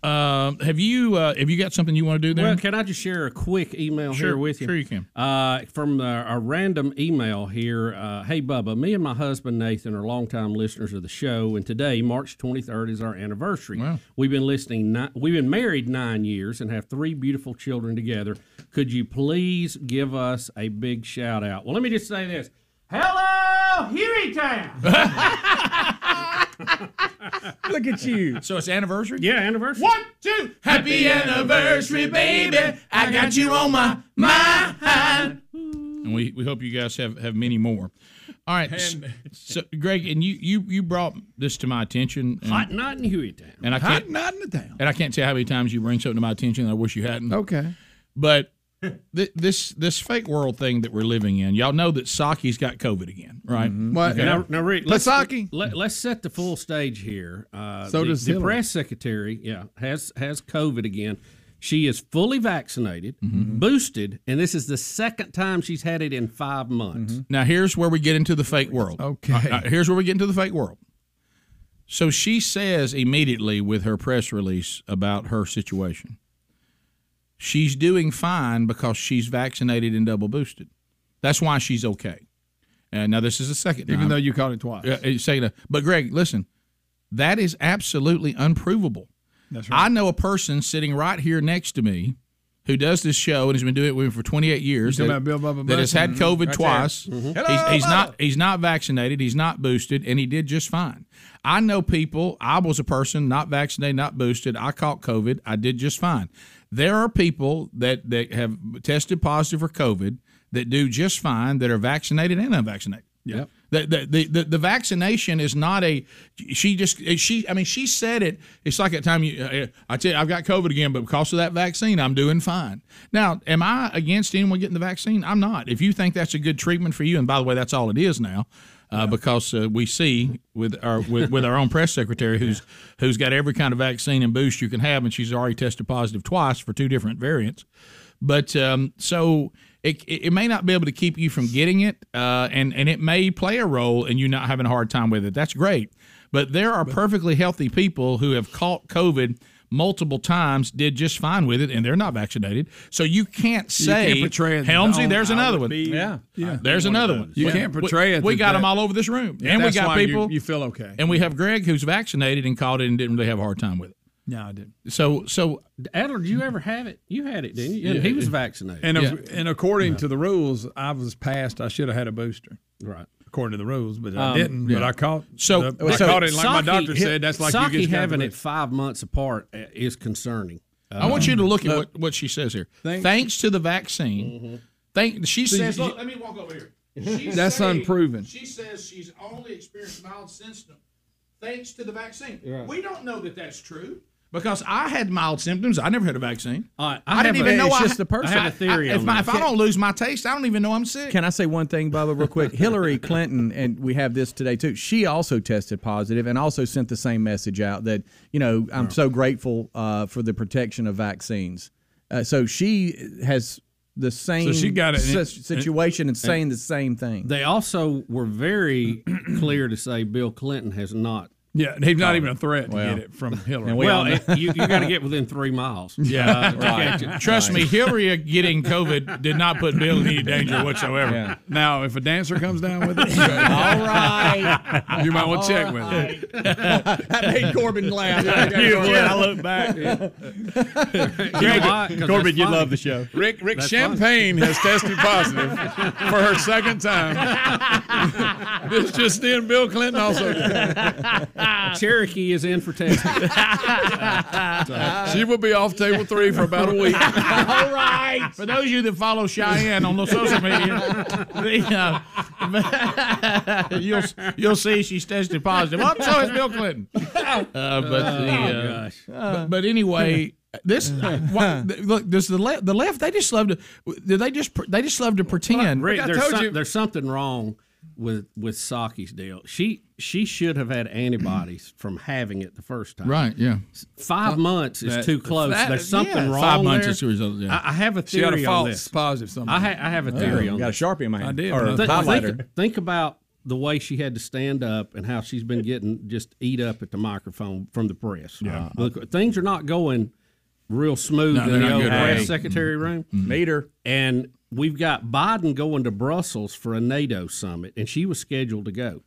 A: Um, have you uh, have you got something you want to do there?
B: Well, can I just share a quick email
A: Sure,
B: here with you?
A: sure you can.
B: Uh, from uh, a random email here. Uh, hey, Bubba, me and my husband Nathan are longtime listeners of the show, and today, March 23rd, is our anniversary.
A: Wow.
B: We've been listening. Ni- we've been married nine years and have three beautiful children together. Could you please give us a big shout out? Well, let me just say this. Hello, Hueytown.
A: Look at you. So it's anniversary?
B: Yeah, anniversary.
A: One, two. Happy anniversary, baby. I got you on my mind. And we, we hope you guys have, have many more. All right. s- So, Greg, and you, you you brought this to my attention. and-
B: Hot night in Hueytown.
A: And I
B: Hot
A: can't And I can't tell you how many times you bring something to my attention that I wish you hadn't. Okay. But th- this this fake world thing that we're living in, y'all know that Saki's got COVID again, right?
B: What?
A: Okay.
B: Now, now, Rick, Let, us set the full stage here. Uh,
A: So
B: the,
A: does
B: the
A: Hillary.
B: press secretary. Yeah, has has COVID again. She is fully vaccinated,
A: Mm-hmm.
B: boosted, and this is the second time she's had it in five months.
A: Mm-hmm. Now here's where we get into the fake world. Okay. here's where we get into the fake world. So she says immediately with her press release about her situation, she's doing fine because she's vaccinated and double boosted. That's why she's okay. And now this is the second
F: Even
A: time.
F: though you caught it twice.
A: Yeah, it's second. But Greg, listen, that is absolutely unprovable.
F: That's
A: I know a person sitting right here next to me who does this show and has been doing it with me for 28 years.
F: You talking
A: that-
F: about Bill Bubba
A: that has had
F: Bussing?
A: COVID
F: Right there.
A: twice.
F: Mhm.
A: He's-
F: Hello,
A: he's
F: Bubba.
A: not he's not vaccinated. He's not boosted, and he did just fine. I know people. I was a person not vaccinated, not boosted. I caught COVID. I did just fine. There are people that that have tested positive for COVID that do just fine that are vaccinated and unvaccinated.
F: Yep.
A: The, the, the, the, the vaccination is not a she just she I mean she said it it's like at the time you uh, I tell you I've got COVID again but because of that vaccine I'm doing fine now am I against anyone getting the vaccine I'm not if you think that's a good treatment for you and by the way that's all it is now uh, because uh, we see with our with, with our own press secretary who's who's got every kind of vaccine and boost you can have and she's already tested positive twice for two different variants but um, so it, it may not be able to keep you from getting it, uh, and and it may play a role in you not having a hard time with it. That's great, but there are perfectly healthy people who have caught COVID multiple times, did just fine with it, and they're not vaccinated. So you can't say
F: can't portray it as,
A: Helmsy.
F: "Oh,
A: There's
F: I
A: another
F: would
A: one.
F: be- Yeah. Yeah.
A: There's
F: One of
A: another
F: those.
A: one.
F: You
A: We-
F: can't portray
A: we-
F: it
A: We
F: that
A: got
F: that-
A: them all over this room, and we
F: That's
A: got
F: why you-
A: people.
F: you feel okay.
A: and we have Greg who's vaccinated and caught it and didn't really have a hard time with it.
F: No, I didn't.
A: So so
B: Adler, did you ever have it? You had it, didn't you? And
F: Yeah.
B: he was vaccinated.
F: And if- and according to the rules, I was passed. I should have had a booster.
B: Right.
F: According to the rules, but I
B: Um,
F: didn't. But
B: yeah.
F: I caught.
A: So-
F: the- I caught it. Like my doctor said, that's like
B: Saki
F: you just got the
B: having it
F: booster.
B: five months apart uh, is concerning.
A: I want you to look at
B: Um,
A: what, what she says here.
B: Thanks-
A: Thanks, to the vaccine, thank she
F: See,
A: says.
F: you-
A: let me walk over here.
F: That's unproven.
A: She says she's only experienced mild symptoms thanks to the vaccine.
F: Yeah.
A: We don't know that that's true because I had mild symptoms. I never had a vaccine.
B: I,
A: I, didn't even know. I, I have I- if my- if I
C: Can-
A: don't lose my taste, I don't even know I'm sick.
C: Can I say one thing, Bubba, real quick? Hillary Clinton, and we have this today too. She also tested positive and also sent the same message out that you know I'm so grateful uh, for the protection of vaccines. Uh, so she has the same
F: she got it in-
C: si- situation
B: Uh,
C: and saying the same thing.
B: They also were very clear to say Bill Clinton has not
F: Yeah, and he's not even a threat to get it from Hillary.
B: well, it- you, you got to get within three miles.
A: Yeah,
B: uh, to
A: right.
B: catch it.
A: Trust me, Hillary getting COVID did not put Bill in any danger whatsoever.
F: Yeah. Now, if a dancer comes down with it, all
A: right,
F: you might want to check with it. that made Corbin laugh. You would. I look back.
L: Greg,
F: why? 'Cause that's
L: Corbin, you'd
F: funny.
L: love the show.
F: Rick Rick
L: That's
F: Champagne
L: funny.
F: has tested positive for her second time. this just in, Bill Clinton also.
B: Cherokee is in for testing.
F: she will be off table three for about a week.
A: All right. For those of you that follow Cheyenne on the social media, the, uh, you'll you'll see she's tested positive. Well, so is Bill Clinton. Uh, but the,
P: Oh,
A: uh,
P: gosh.
A: But, but anyway, this why, look. Does the left? The left? They just love to. Do they just? They just love to pretend.
B: Rick, there's, some- there's something wrong with with Saki's deal. She she should have had antibodies from having it the first time.
A: Right, yeah.
B: Five
A: Uh,
B: months
A: that-
B: is too close.
A: that-
B: there's something
A: yeah.
B: wrong.
A: Five months
B: there.
A: is too result- yeah.
B: I, I have a
A: She had a
B: theory on
A: false
B: this.
F: positive something.
B: I, ha- I have a
F: Yeah.
B: theory on
F: Got a
B: this.
F: Sharpie in my hand. I did.
B: Or
F: Or
B: think,
F: a
B: think,
F: highlighter.
B: think about the way she had to stand up and how she's been getting just eat up at the microphone from the press.
F: Yeah.
B: Look, things are not going real smooth
F: No,
B: in
F: they're
B: the
F: not
B: old
F: good,
B: press
F: right.
B: secretary room. Meter. And we've got Biden going to Brussels for a NATO summit, and she was scheduled to go.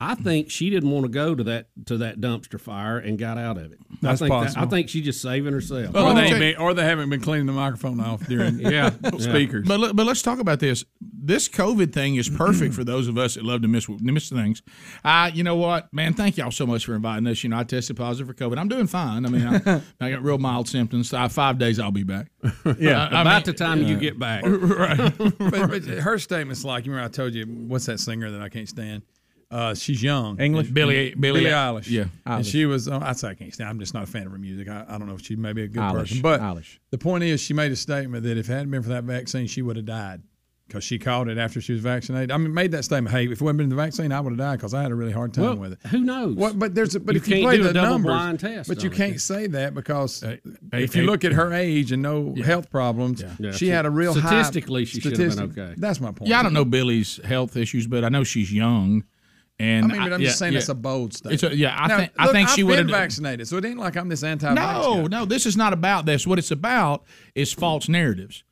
B: I think she didn't want to go to that to that dumpster fire and got out of it.
F: That's
B: I think that-
F: possible.
B: I think she's just saving herself.
F: Or they, ain't been, or they haven't been cleaning the microphone off during speakers.
A: But let- but let's talk about this. This COVID thing is perfect for those of us that love to miss miss things. Uh, you know what, man? Thank y'all so much for inviting us. You know, I tested positive for COVID. I'm doing fine. I mean, I, I got real mild symptoms. Uh, five days, I'll be back.
F: Yeah.
A: I- I
F: About
A: mean-
B: the time you get back.
F: right. but, but her statement's like, you remember I told you, what's that singer that I can't stand? Uh, she's young.
A: English? Billie- Billie-
F: Billie Eilish.
A: yeah.
F: And
A: Eilish.
F: she was, uh, I say I can't stand I'm just not a fan of her music. I, I don't know if she may be a good
A: Eilish.
F: person. But
A: Eilish.
F: the point is, she made a statement that if it hadn't been for that vaccine, she would have died because she caught it after she was vaccinated. I mean, made that statement, hey, if it hadn't been the vaccine, I would have died because I had a really hard time
B: Well,
F: with it.
B: Who knows?
F: What, but there's a, but
B: You
F: if you
B: can't
F: play
B: do a
F: the numbers,
B: double-blind test
F: but you
B: on it.
F: can't say that because if
B: hey,
F: you look at her age and no health problems,
A: Yeah.
F: she had a real high-
A: Statistically, she should have been okay.
F: That's my point.
A: Yeah, I don't know Billy's health issues, but I know she's young. And
F: I mean, but I'm
A: yeah,
F: just saying
A: yeah.
F: that's a bold statement.
A: It's a- yeah, I
F: Now,
A: think I
F: look,
A: think she
F: I've
A: would
F: been
A: have
F: vaccinated, so it ain't like I'm this anti.
A: No, no, this is not about this. What it's about is false narratives.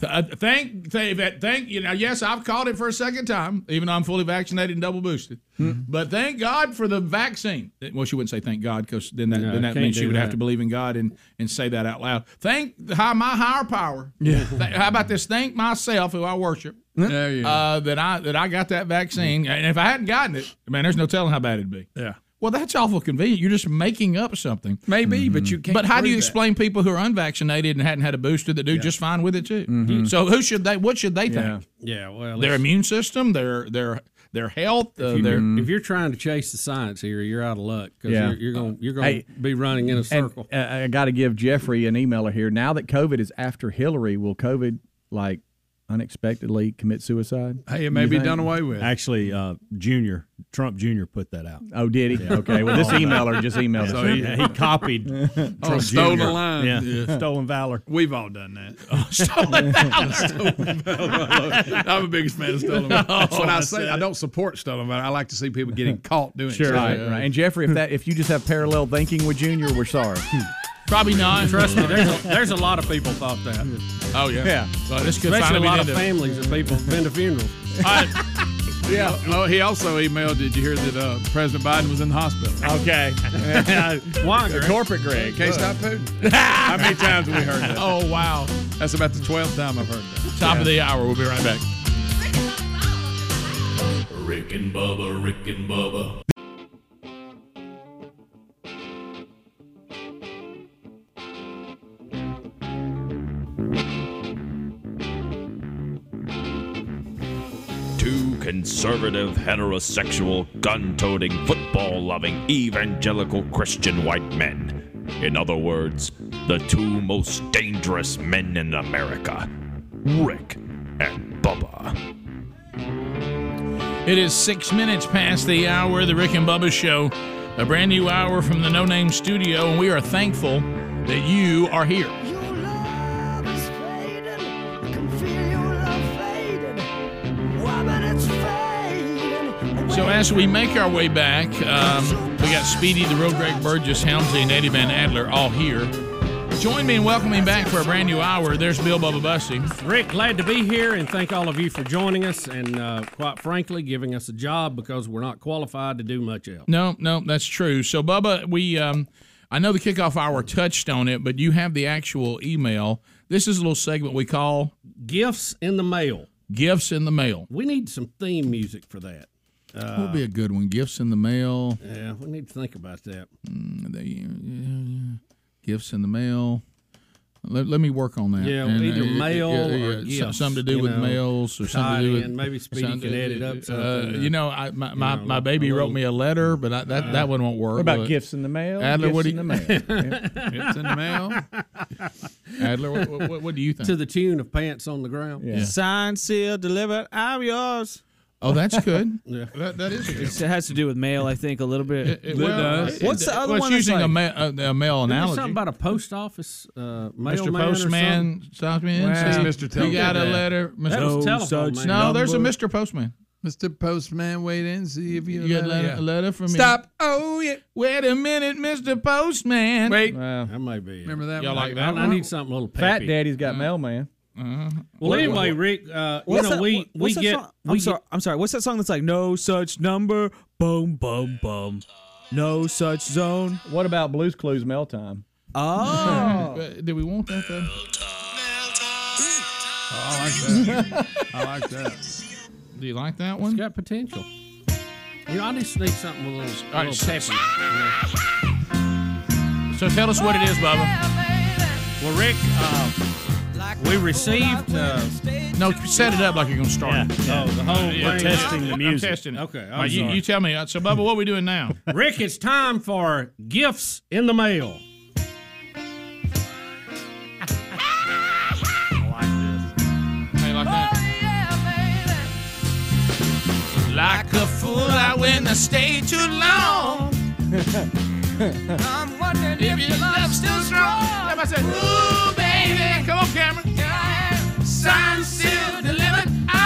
A: Th- uh, Thank, th- that- thank you know. Yes, I've caught it for a second time, even though I'm fully vaccinated and double boosted.
L: Hmm.
A: But thank God for the vaccine. Well, she wouldn't say thank God because then that,
L: No,
A: then that
L: can't
A: means she
L: do
A: would have
L: that.
A: to believe in God and, and say that out loud. Thank the high, my higher power. Yeah. how about this? Thank myself, who I worship,
L: Hmm?
A: uh, that I that I got that vaccine. And if I hadn't gotten it, man, there's no telling how bad it'd be.
F: Yeah.
A: Well, that's awful convenient. You're just making up something.
F: Maybe, but you can't.
A: Mm-hmm. But how do
F: prove
A: you
F: that.
A: explain people who are unvaccinated and hadn't had a booster that do just fine with it too?
F: Mhm.
A: So who should they? What should they think?
B: Yeah, well,
A: their
B: it's-
A: immune system, their their their health, uh,
B: if,
A: their
B: you're, if you're trying to chase the science here, you're out of luck because
C: Yeah.
B: you're, you're going you're going
C: Hey,
B: to be running in a
C: And,
B: circle.
C: uh, I got to give Jeffrey an emailer here. Now that COVID is after Hillary, will COVID like unexpectedly commit suicide?
F: Hey,
C: You think?
L: Actually, uh, Junior Trump Jr. put that out.
C: Oh, did he? Oh, Okay, well, this
L: All that.
C: emailer just emailed
L: So
C: us.
L: he, he copied. Trump
F: Oh, stolen
L: Jr..
F: line.
L: Yeah.
F: Yeah.
L: stolen valor.
F: We've all done that.
A: stolen valor.
F: I'm a biggest fan of stolen valor. That's what I say. I don't support stolen valor. I like to see people getting caught doing it. uh,
C: Right, right. And Jeffrey, if that if you just have parallel thinking with Junior, we're sorry.
A: Probably not.
B: Trust me, there's a, there's a lot of people thought that.
A: Oh yeah,
C: Yeah.
A: So this could
B: Especially a
A: finally be
B: lot
A: the
B: of
A: end of it.
B: families of people have been to funerals.
F: Yeah. Oh, he also emailed. Did you hear that uh, President Biden was in the hospital?
L: Okay.
B: Why,
F: The
B: Greg?
F: corporate Greg. Can't stop Putin. How many times have we heard that?
A: Oh wow.
F: That's about the 12th time I've heard that.
A: Top of
F: Yeah.
A: the hour. We'll be right back.
G: Rick and Bubba, Rick and Bubba. Two conservative, heterosexual, gun toting, football loving, evangelical Christian white men. In other words, the two most dangerous men in America Rick and Bubba.
A: It is six minutes past the hour of the Rick and Bubba Show, a brand new hour from the No Name Studio, and we are thankful that you are here. So, As we make our way back, um, we got Speedy, the real Greg Burgess, Helmsley, and Eddie Van Adler all here. Join me in welcoming back for a brand new hour. There's Bill Bubba Bussy.
B: Rick, glad to be here and thank all of you for joining us and, uh, quite frankly, giving us a job because we're not qualified to do much else.
A: No, no, that's true. So, Bubba, we um, I know the kickoff hour touched on it, but you have the actual email. This is a little segment we call
B: Gifts in the Mail.
A: Gifts in the Mail.
B: We need some theme music for that. Uh,
L: That would be a good one. Gifts in the mail.
B: Yeah, we need to think about that.
L: Mm, they- yeah, yeah. Gifts in the mail. Let, let me work on that.
B: Yeah,
L: And,
B: either
L: uh,
B: mail or
L: so-
B: gifts,
L: Something to do
B: you
L: with
B: know,
L: mails or
B: tie
L: something to
B: it
L: do with.
B: in. Maybe Speedy
L: something-
B: can edit up
L: Uh,
B: something,
L: you
B: uh,
L: know, I, my, my,
B: know,
L: my baby
B: a Uh,
L: wrote me a letter, but I, that, that one won't work.
C: What about
L: But-
C: gifts in the mail?
L: Adler, what do
C: Gifts
L: you
C: in the mail.
L: Gifts in the mail. Adler, what, what- what, what do you think?
B: To the tune of Pants on the Ground.
L: Yeah.
K: Signed, sealed, delivered. I'm yours.
L: Oh, that's good.
B: yeah.
L: that, that is
K: It has to do with mail, I think, a little bit.
L: It- it- well, it-
K: What's the
L: it-
K: other
L: well, it's
K: one? that's
L: using
K: like-
L: a,
K: uh,
L: ma- uh, a, a mail
B: Isn't there
L: analogy.
B: something about a post office uh, mailman
L: Mr.
B: or
L: Postman
B: something?
L: stopped me in.
B: Well,
L: said,
B: Mr.
L: You got a
B: Telephone.
L: letter.
B: That was telephone man.
L: No, there's a Mr. Postman.
Q: Mr. Postman, wait and see if you,
L: You got a letter, a letter from me.
Q: Stop. Oh, yeah.
L: Wait a minute, Mr. Postman.
Q: Wait.
B: That may be.
Q: Remember that
B: Y'all
Q: one?
B: like that? I, I need something a little
C: Fat
B: peppy.
C: Daddy's got mailman.
L: Uh-huh.
B: Well, anyway, Rick, uh, you
K: What's
B: know
K: that-
B: we
K: what-
B: we
K: what's that
B: get
K: song? I'm
B: we
K: sorry. I'm sorry. What's that song that's like no such number? Boom, boom, boom. No such zone.
C: What about Blues Clues mail time?
K: Oh.
L: But do we want that though?
Q: I like that. I like that.
L: Do you like that one?
B: It's got potential. You know, I need to sneak something with a little,
L: All
B: a
L: right,
B: little
L: s-
B: peppy. you
A: know. So tell us what it is, Bubba.
B: Well, Rick, uh, we received. Uh,
A: No, set it up like you're going to start.
B: Oh, the whole
A: Yeah,
B: thing.
A: yeah, yeah. I'm testing it.
B: Okay, I'm
A: All right, you,
B: sorry.
A: you tell me. uh, So, Bubba, what are we doing now?
B: Rick, it's time for gifts in the mail.
L: How you like that?
A: Like a fool, I went and stayed too long.
Q: I'm wondering if, your love's still strong.
A: I said, Ooh, baby. Come on, Cameron.
Q: Signed, sealed, delivered. I'm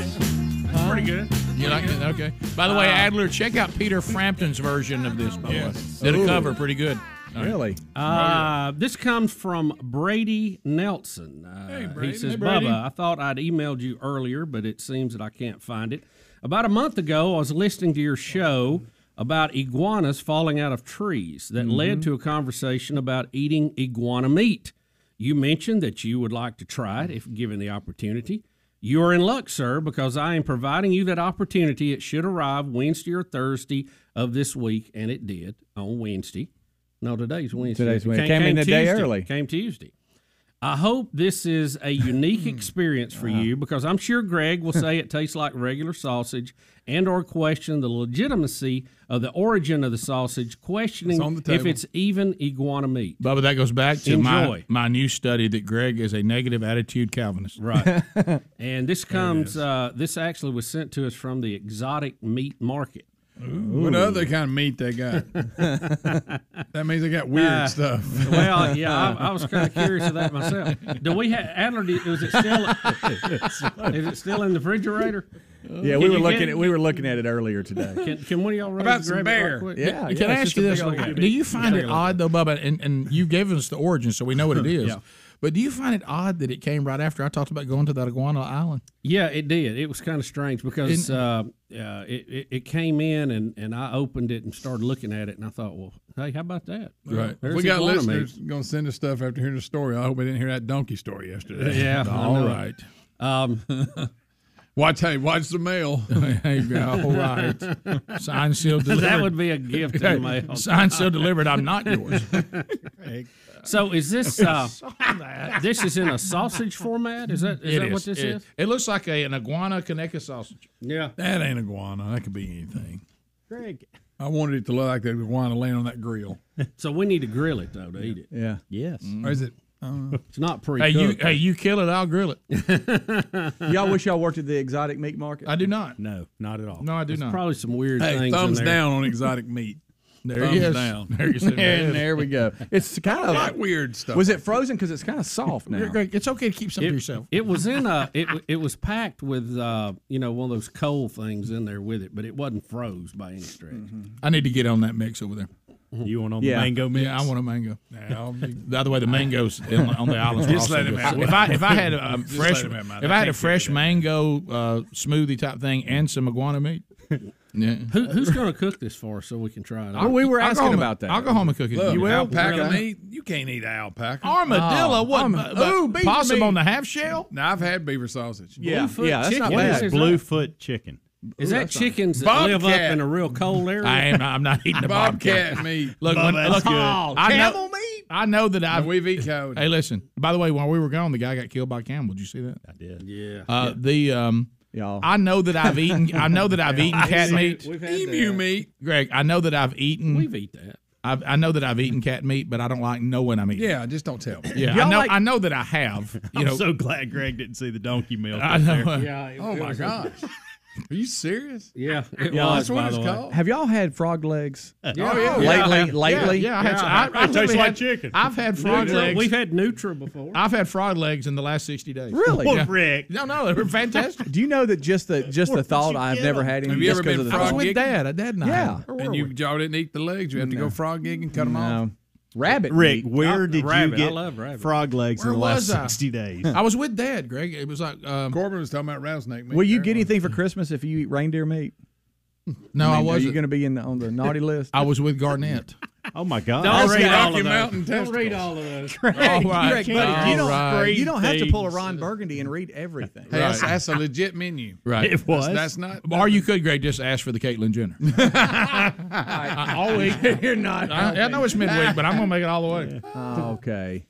Q: yours.
A: Pretty good.
L: You like it? Okay. By the way,
A: Uh,
L: Adler, check out Peter Frampton's version of this. By
A: Yes.
L: the way, did a
A: Ooh.
L: cover pretty good. All right.
C: Really?
B: Uh, this comes from Brady Nelson. Uh,
L: Hey, Brady.
B: He says,
L: Hey, Brady.
B: Bubba, I thought I'd emailed you earlier, but it seems that I can't find it. About a month ago, I was listening to your show about iguanas falling out of trees that led
L: Mhm.
B: to a conversation about eating iguana meat. You mentioned that you would like to try it if given the opportunity. You are in luck, sir, because I am providing you that opportunity. It should arrive Wednesday or Thursday of this week, and it did on Wednesday. No, today's Wednesday.
C: Today's
B: It
C: Wednesday. Came in the day
B: Tuesday.
C: early.
B: Came Tuesday. I hope this is a unique
L: Hmm.
B: experience for
L: Uh-huh.
B: you because I'm sure Greg will say it tastes like regular sausage and or question the legitimacy of the origin of the sausage, questioning
L: It's on the
B: if
L: table.
B: it's even iguana meat.
L: Bubba, that goes back to
B: Enjoy.
L: my, my new study that Greg is a negative attitude Calvinist.
B: Right. And this comes. Uh, this actually was sent to us from the exotic meat market.
F: What other kind of meat they got? that means they got weird
B: Uh,
F: stuff.
B: well, yeah, I, I was kind of curious of that myself. Do we have Adler? do- Is it still? is it still in the refrigerator?
C: Yeah, we were looking at we were looking at it earlier today.
B: Can, can one of y'all run
C: About
B: and
C: some
B: grab
C: bear.
B: It right quick?
C: Yeah,
L: Can I
C: it's
L: ask
C: just
L: you
C: a
L: this?
C: big old
L: Do you
C: beak.
L: find
C: Yeah.
L: it odd though, Bubba? And, and you gave us the origin, so we know what it is.
B: Yeah.
L: But do you find it odd that it came right after I talked about going to that iguana island?
B: Yeah, it did. It was kind of strange because uh, uh, it, it it came in and, and I opened it and started looking at it and I thought, well, hey, how about that? There's
F: we got
B: iguana meat.
F: listeners going to send us stuff after hearing the story. I hope we didn't hear that donkey story yesterday.
B: Yeah, I
F: All
B: know.
F: right.
B: Um,
F: watch, hey, watch the mail.
L: all right. Signed, sealed, delivered.
B: That would be a gift in the mail.
L: Signed, sealed, delivered. I'm not yours.
B: so is this uh,
L: Saw that.
B: this is in a sausage format? Is that is
L: It
B: that what this
L: It-
B: is?
L: It looks like a, an iguana Conecuh sausage.
B: Yeah.
F: That ain't iguana. That could be anything.
B: Greg.
F: I wanted it to look like that iguana laying on that grill.
B: So we need to grill it though to eat it.
C: Yeah.
B: Yes.
F: Or is it? I don't know.
B: It's not pre.
L: Hey, you, hey, you kill it, I'll grill it.
C: y'all wish y'all worked at the exotic meat market?
L: I do not.
C: No, not at all.
L: No, I do
C: There's
L: not.
C: probably
B: some weird
F: Hey, thumbs down on exotic meat.
A: There
C: thumbs
A: he is.
C: down.
A: There you see that.
C: and there we go. It's kind of
A: Like weird stuff.
C: Was it frozen? Because it's kind of soft now.
A: You're great. It's okay to keep some
B: it,
A: to yourself.
B: It was in a it w- it was packed with uh, you know one of those cold things in there with it, but it wasn't froze by any stretch.
F: Mm-hmm.
A: I need to get on that mix over there. You
B: Mm-hmm.
A: want
B: on the Yeah. mango mix?
A: Yeah, I want a mango.
B: Nah, I'll be-
A: the other way, the mangoes in- on the islands. are
B: Just
A: also
B: let him
A: good.
B: have
A: If I
B: mine.
A: if I had a um,
B: Just
A: fresh
B: let him have
A: if
B: mine.
A: I
B: I
A: had a
B: can't
A: fresh mango uh, smoothie type thing and some iguana meat. Yeah.
B: Who, who's going to cook this for us so we can try it?
A: Oh, we were asking about that. I'll go home and cook it.
B: Look,
A: You will?
B: alpaca
A: Really?
B: meat?
F: You can't eat alpaca.
A: Armadillo, what,
F: Arma-
A: but- but
F: Ooh, beaver
A: possum
F: meat.
A: on the half shell?
F: No, I've had beaver sausage.
B: Yeah. Bluefoot
F: yeah, that's not
B: chicken.
F: bad.
B: What is that?
R: Bluefoot chicken.
B: Is
F: Ooh,
B: that
F: that's not-
B: chickens that live up
F: Bobcat.
B: in a real cold area?
A: I am. I'm not eating the bobcat,
F: meat.
A: Look, when,
B: Oh, Bubba, that's
A: look
B: good.
A: I know,
B: Camel
A: meat. I know that I've
F: we've eaten cow.
A: Hey, listen. By the way, while we were gone, the guy got killed by a camel. Did you see that? I
R: did.
B: Yeah.
A: Uh, The um,
C: y'all.
A: I know that I've eaten. I know that I've eaten
F: I've
A: cat
F: seen-
A: meat.
F: we've had Emu that. meat.
A: Greg, I know that I've eaten.
B: We've eaten that.
A: I've, I know that I've eaten cat meat, but I don't like knowing I'm eating.
F: Yeah, just don't tell me.
A: Yeah, I know. I know that I have. You
F: I'm
A: know,
F: so
R: glad Greg didn't see the donkey milk.
A: I know.
F: oh my gosh. Are you serious?
B: Yeah.
C: Y'all-
F: That's what it's called.
C: Have y'all had frog legs?
F: Yeah. Oh, yeah.
C: Lately,
F: Yeah.
C: lately.
A: Yeah, I had, I, I
C: It tastes
A: literally
C: like
A: had-
C: chicken.
A: I've had frog
C: Nutra.
A: legs.
C: We've
B: had Nutra before.
A: I've had frog legs in the last sixty days.
C: Really?
A: Yeah. No, no, they're fantastic.
C: Do you know that just the just
A: Where
C: the
A: did
C: thought
A: you
C: I've
A: get
C: never
A: them?
C: had any?
F: Have you
C: just
F: ever
C: 'cause
F: been
C: of the
F: frog
C: thought.
F: gigging?
C: Yeah.
F: And you y'all didn't eat the legs. You had to go frog gig and cut them off.
C: Rabbit.
R: Rick,
F: meat.
R: where
F: Oh,
R: did
F: rabbit.
R: you
F: I
R: get
F: love rabbit.
R: frog legs
F: Where
R: in the last
F: was I?
R: sixty days?
A: I was with Dad, Greg. It was like um,
F: Corbin was talking about rattlesnake meat.
C: Will you
F: there.
C: get anything for Christmas if you eat reindeer meat?
A: No, I
C: mean, Are you
A: wasn't.
C: going to be in the, on the naughty list?
A: I was with Garnett.
R: Oh my God!
C: Don't read all
F: Rocky Mountain testicles.
B: read all of those.
C: All right,
F: Greg,
C: buddy,
F: buddy,
C: you don't,
F: all
C: you don't have to
F: right.
C: pull a Ron Burgundy and read everything.
F: Hey, that's, that's a legit menu.
A: Right.
F: That's- That's, not.
A: Or you could, Greg, just ask for the Caitlyn Jenner. I, I'll eat.
F: You're not
A: I, I know it's midweek, but I'm going to make it all the way.
C: Oh, okay.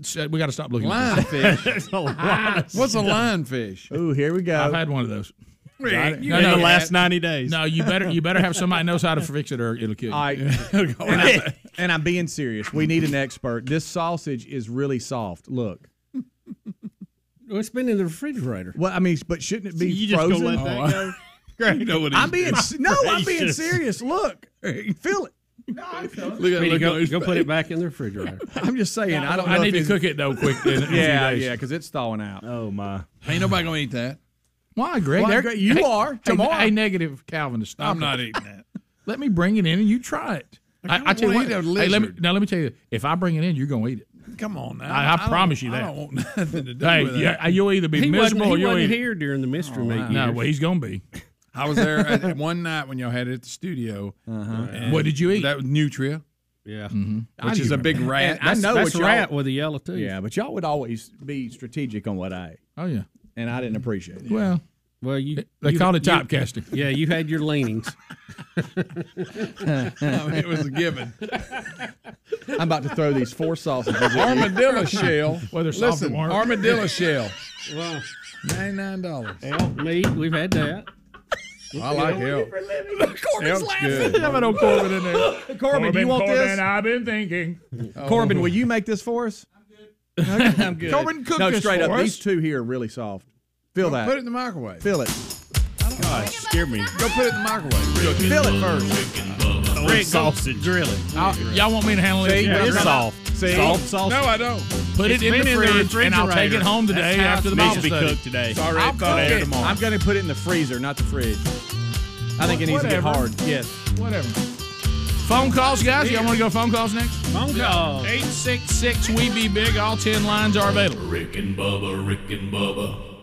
A: So we got to stop looking.
F: Lionfish. That's a lot of What's a stuff.
A: lionfish?
C: Ooh, here we go.
A: I've had one of those.
F: Got it. you
A: No, no,
F: had
A: no,
F: that.
R: ninety days.
A: No, you better you better have somebody knows how to fix it or it'll kill you.
C: All right. and, I'm, and I'm being serious. We need an expert. This sausage is really soft. Look.
B: Well, it's been in the refrigerator.
C: Well, I mean, but shouldn't it be
B: So you just
C: frozen?
B: gonna let that Oh, go?
F: Greg, you know what he's
C: I'm being
F: doing.
C: s- no, I'm being
F: Gracious.
C: serious. Look, feel it.
F: Look at-
B: Speedy,
F: look at
B: go,
F: his
B: go put
F: face.
B: it back in the refrigerator.
C: I'm just saying. I don't.
A: I
C: know
A: need
C: if
A: to
C: it's-
A: cook it though quick. In, in a few
C: Yeah,
A: days.
C: yeah, because it's thawing out.
R: Oh my!
F: Ain't nobody gonna eat that.
A: Why, Greg?
C: Why,
A: They're-
C: Greg? You
A: hey,
C: are
A: hey,
C: tomorrow.
A: Hey, negative Calvinist. Stop
F: I'm
A: it.
F: not eating that.
A: Let me bring it in and you try it. I, I,
F: don't
A: tell you what.
F: wanna eat a
A: Hey, let me,
F: lizard.
A: now let me tell you. If I bring it in, you're gonna eat it.
F: Come on now.
A: I- I promise you
F: don't- I don't
A: that.
F: want nothing to do
A: Hey,
F: with
A: yeah,
F: that.
A: you'll either be
B: He wasn't-
A: miserable or
B: he
A: you'll
B: wasn't
A: eat it.
B: here during the mystery
A: Oh,
B: meat.
A: wow. No,
B: years.
A: well, he's gonna be.
F: I was there at, at one night when y'all had it at the studio. and
A: Uh-huh. What did you eat? Mm-hmm.
F: That was Nutria.
B: Yeah.
C: I
F: Which
C: do
F: is a big
C: remember.
F: rat.
C: And I know
B: that's
C: what y'all-
B: rat with a yellow tooth.
C: Yeah, but y'all would always be strategic on what I ate.
A: Oh yeah.
C: And I didn't appreciate it.
A: Well,
B: Well, you
A: They
B: you-
A: call it
B: you-
A: typecasting.
B: Yeah, you had your leanings.
F: I mean, it was a given.
C: I'm about to throw these four sausages. at you.
F: Armadillo shell.
C: Well, they're soft
F: Listen,
C: and warm.
F: armadillo shell.
B: Wow.
F: Ninety-nine dollars.
B: Elk meat, we've had that.
F: I like elk. Elk's good.
A: Have an old Corbin in there. Corbin,
C: do you want
A: Corbin,
C: this?
A: I've been thinking.
C: Corbin, will you make this for us? I'm good. I'm good.
A: Corbin, cook
C: no,
A: this
C: straight
A: for
C: up.
A: us.
C: These two here are really soft. Feel that.
F: Put it in the microwave.
C: Feel it.
R: God, scared me.
F: Go put it in the microwave.
C: Feel it first.
R: Rick, sausage. Drill it.
A: Y'all want me to handle
R: See,
A: this?
R: it's
A: Yeah.
R: soft. See?
A: Soft sausage.
F: No, I don't.
A: Put
R: It's
A: it in
R: been
A: the
R: in the
A: fridge, and I'll take it
R: refrigerator.
A: home
R: That's
A: today
R: how
A: after the
R: it's supposed to
A: Bible
R: be
A: study.
R: cooked today.
F: It's already thawed out tomorrow.
C: I'm going to put it in the freezer, not the fridge. I think it needs to
A: Whatever.
C: get hard. Yes.
A: Whatever. Phone calls, guys. Y'all want to go phone calls next? Phone calls. 866 We Be Big. All 10 lines are available.
L: Rick and Bubba, Rick and Bubba.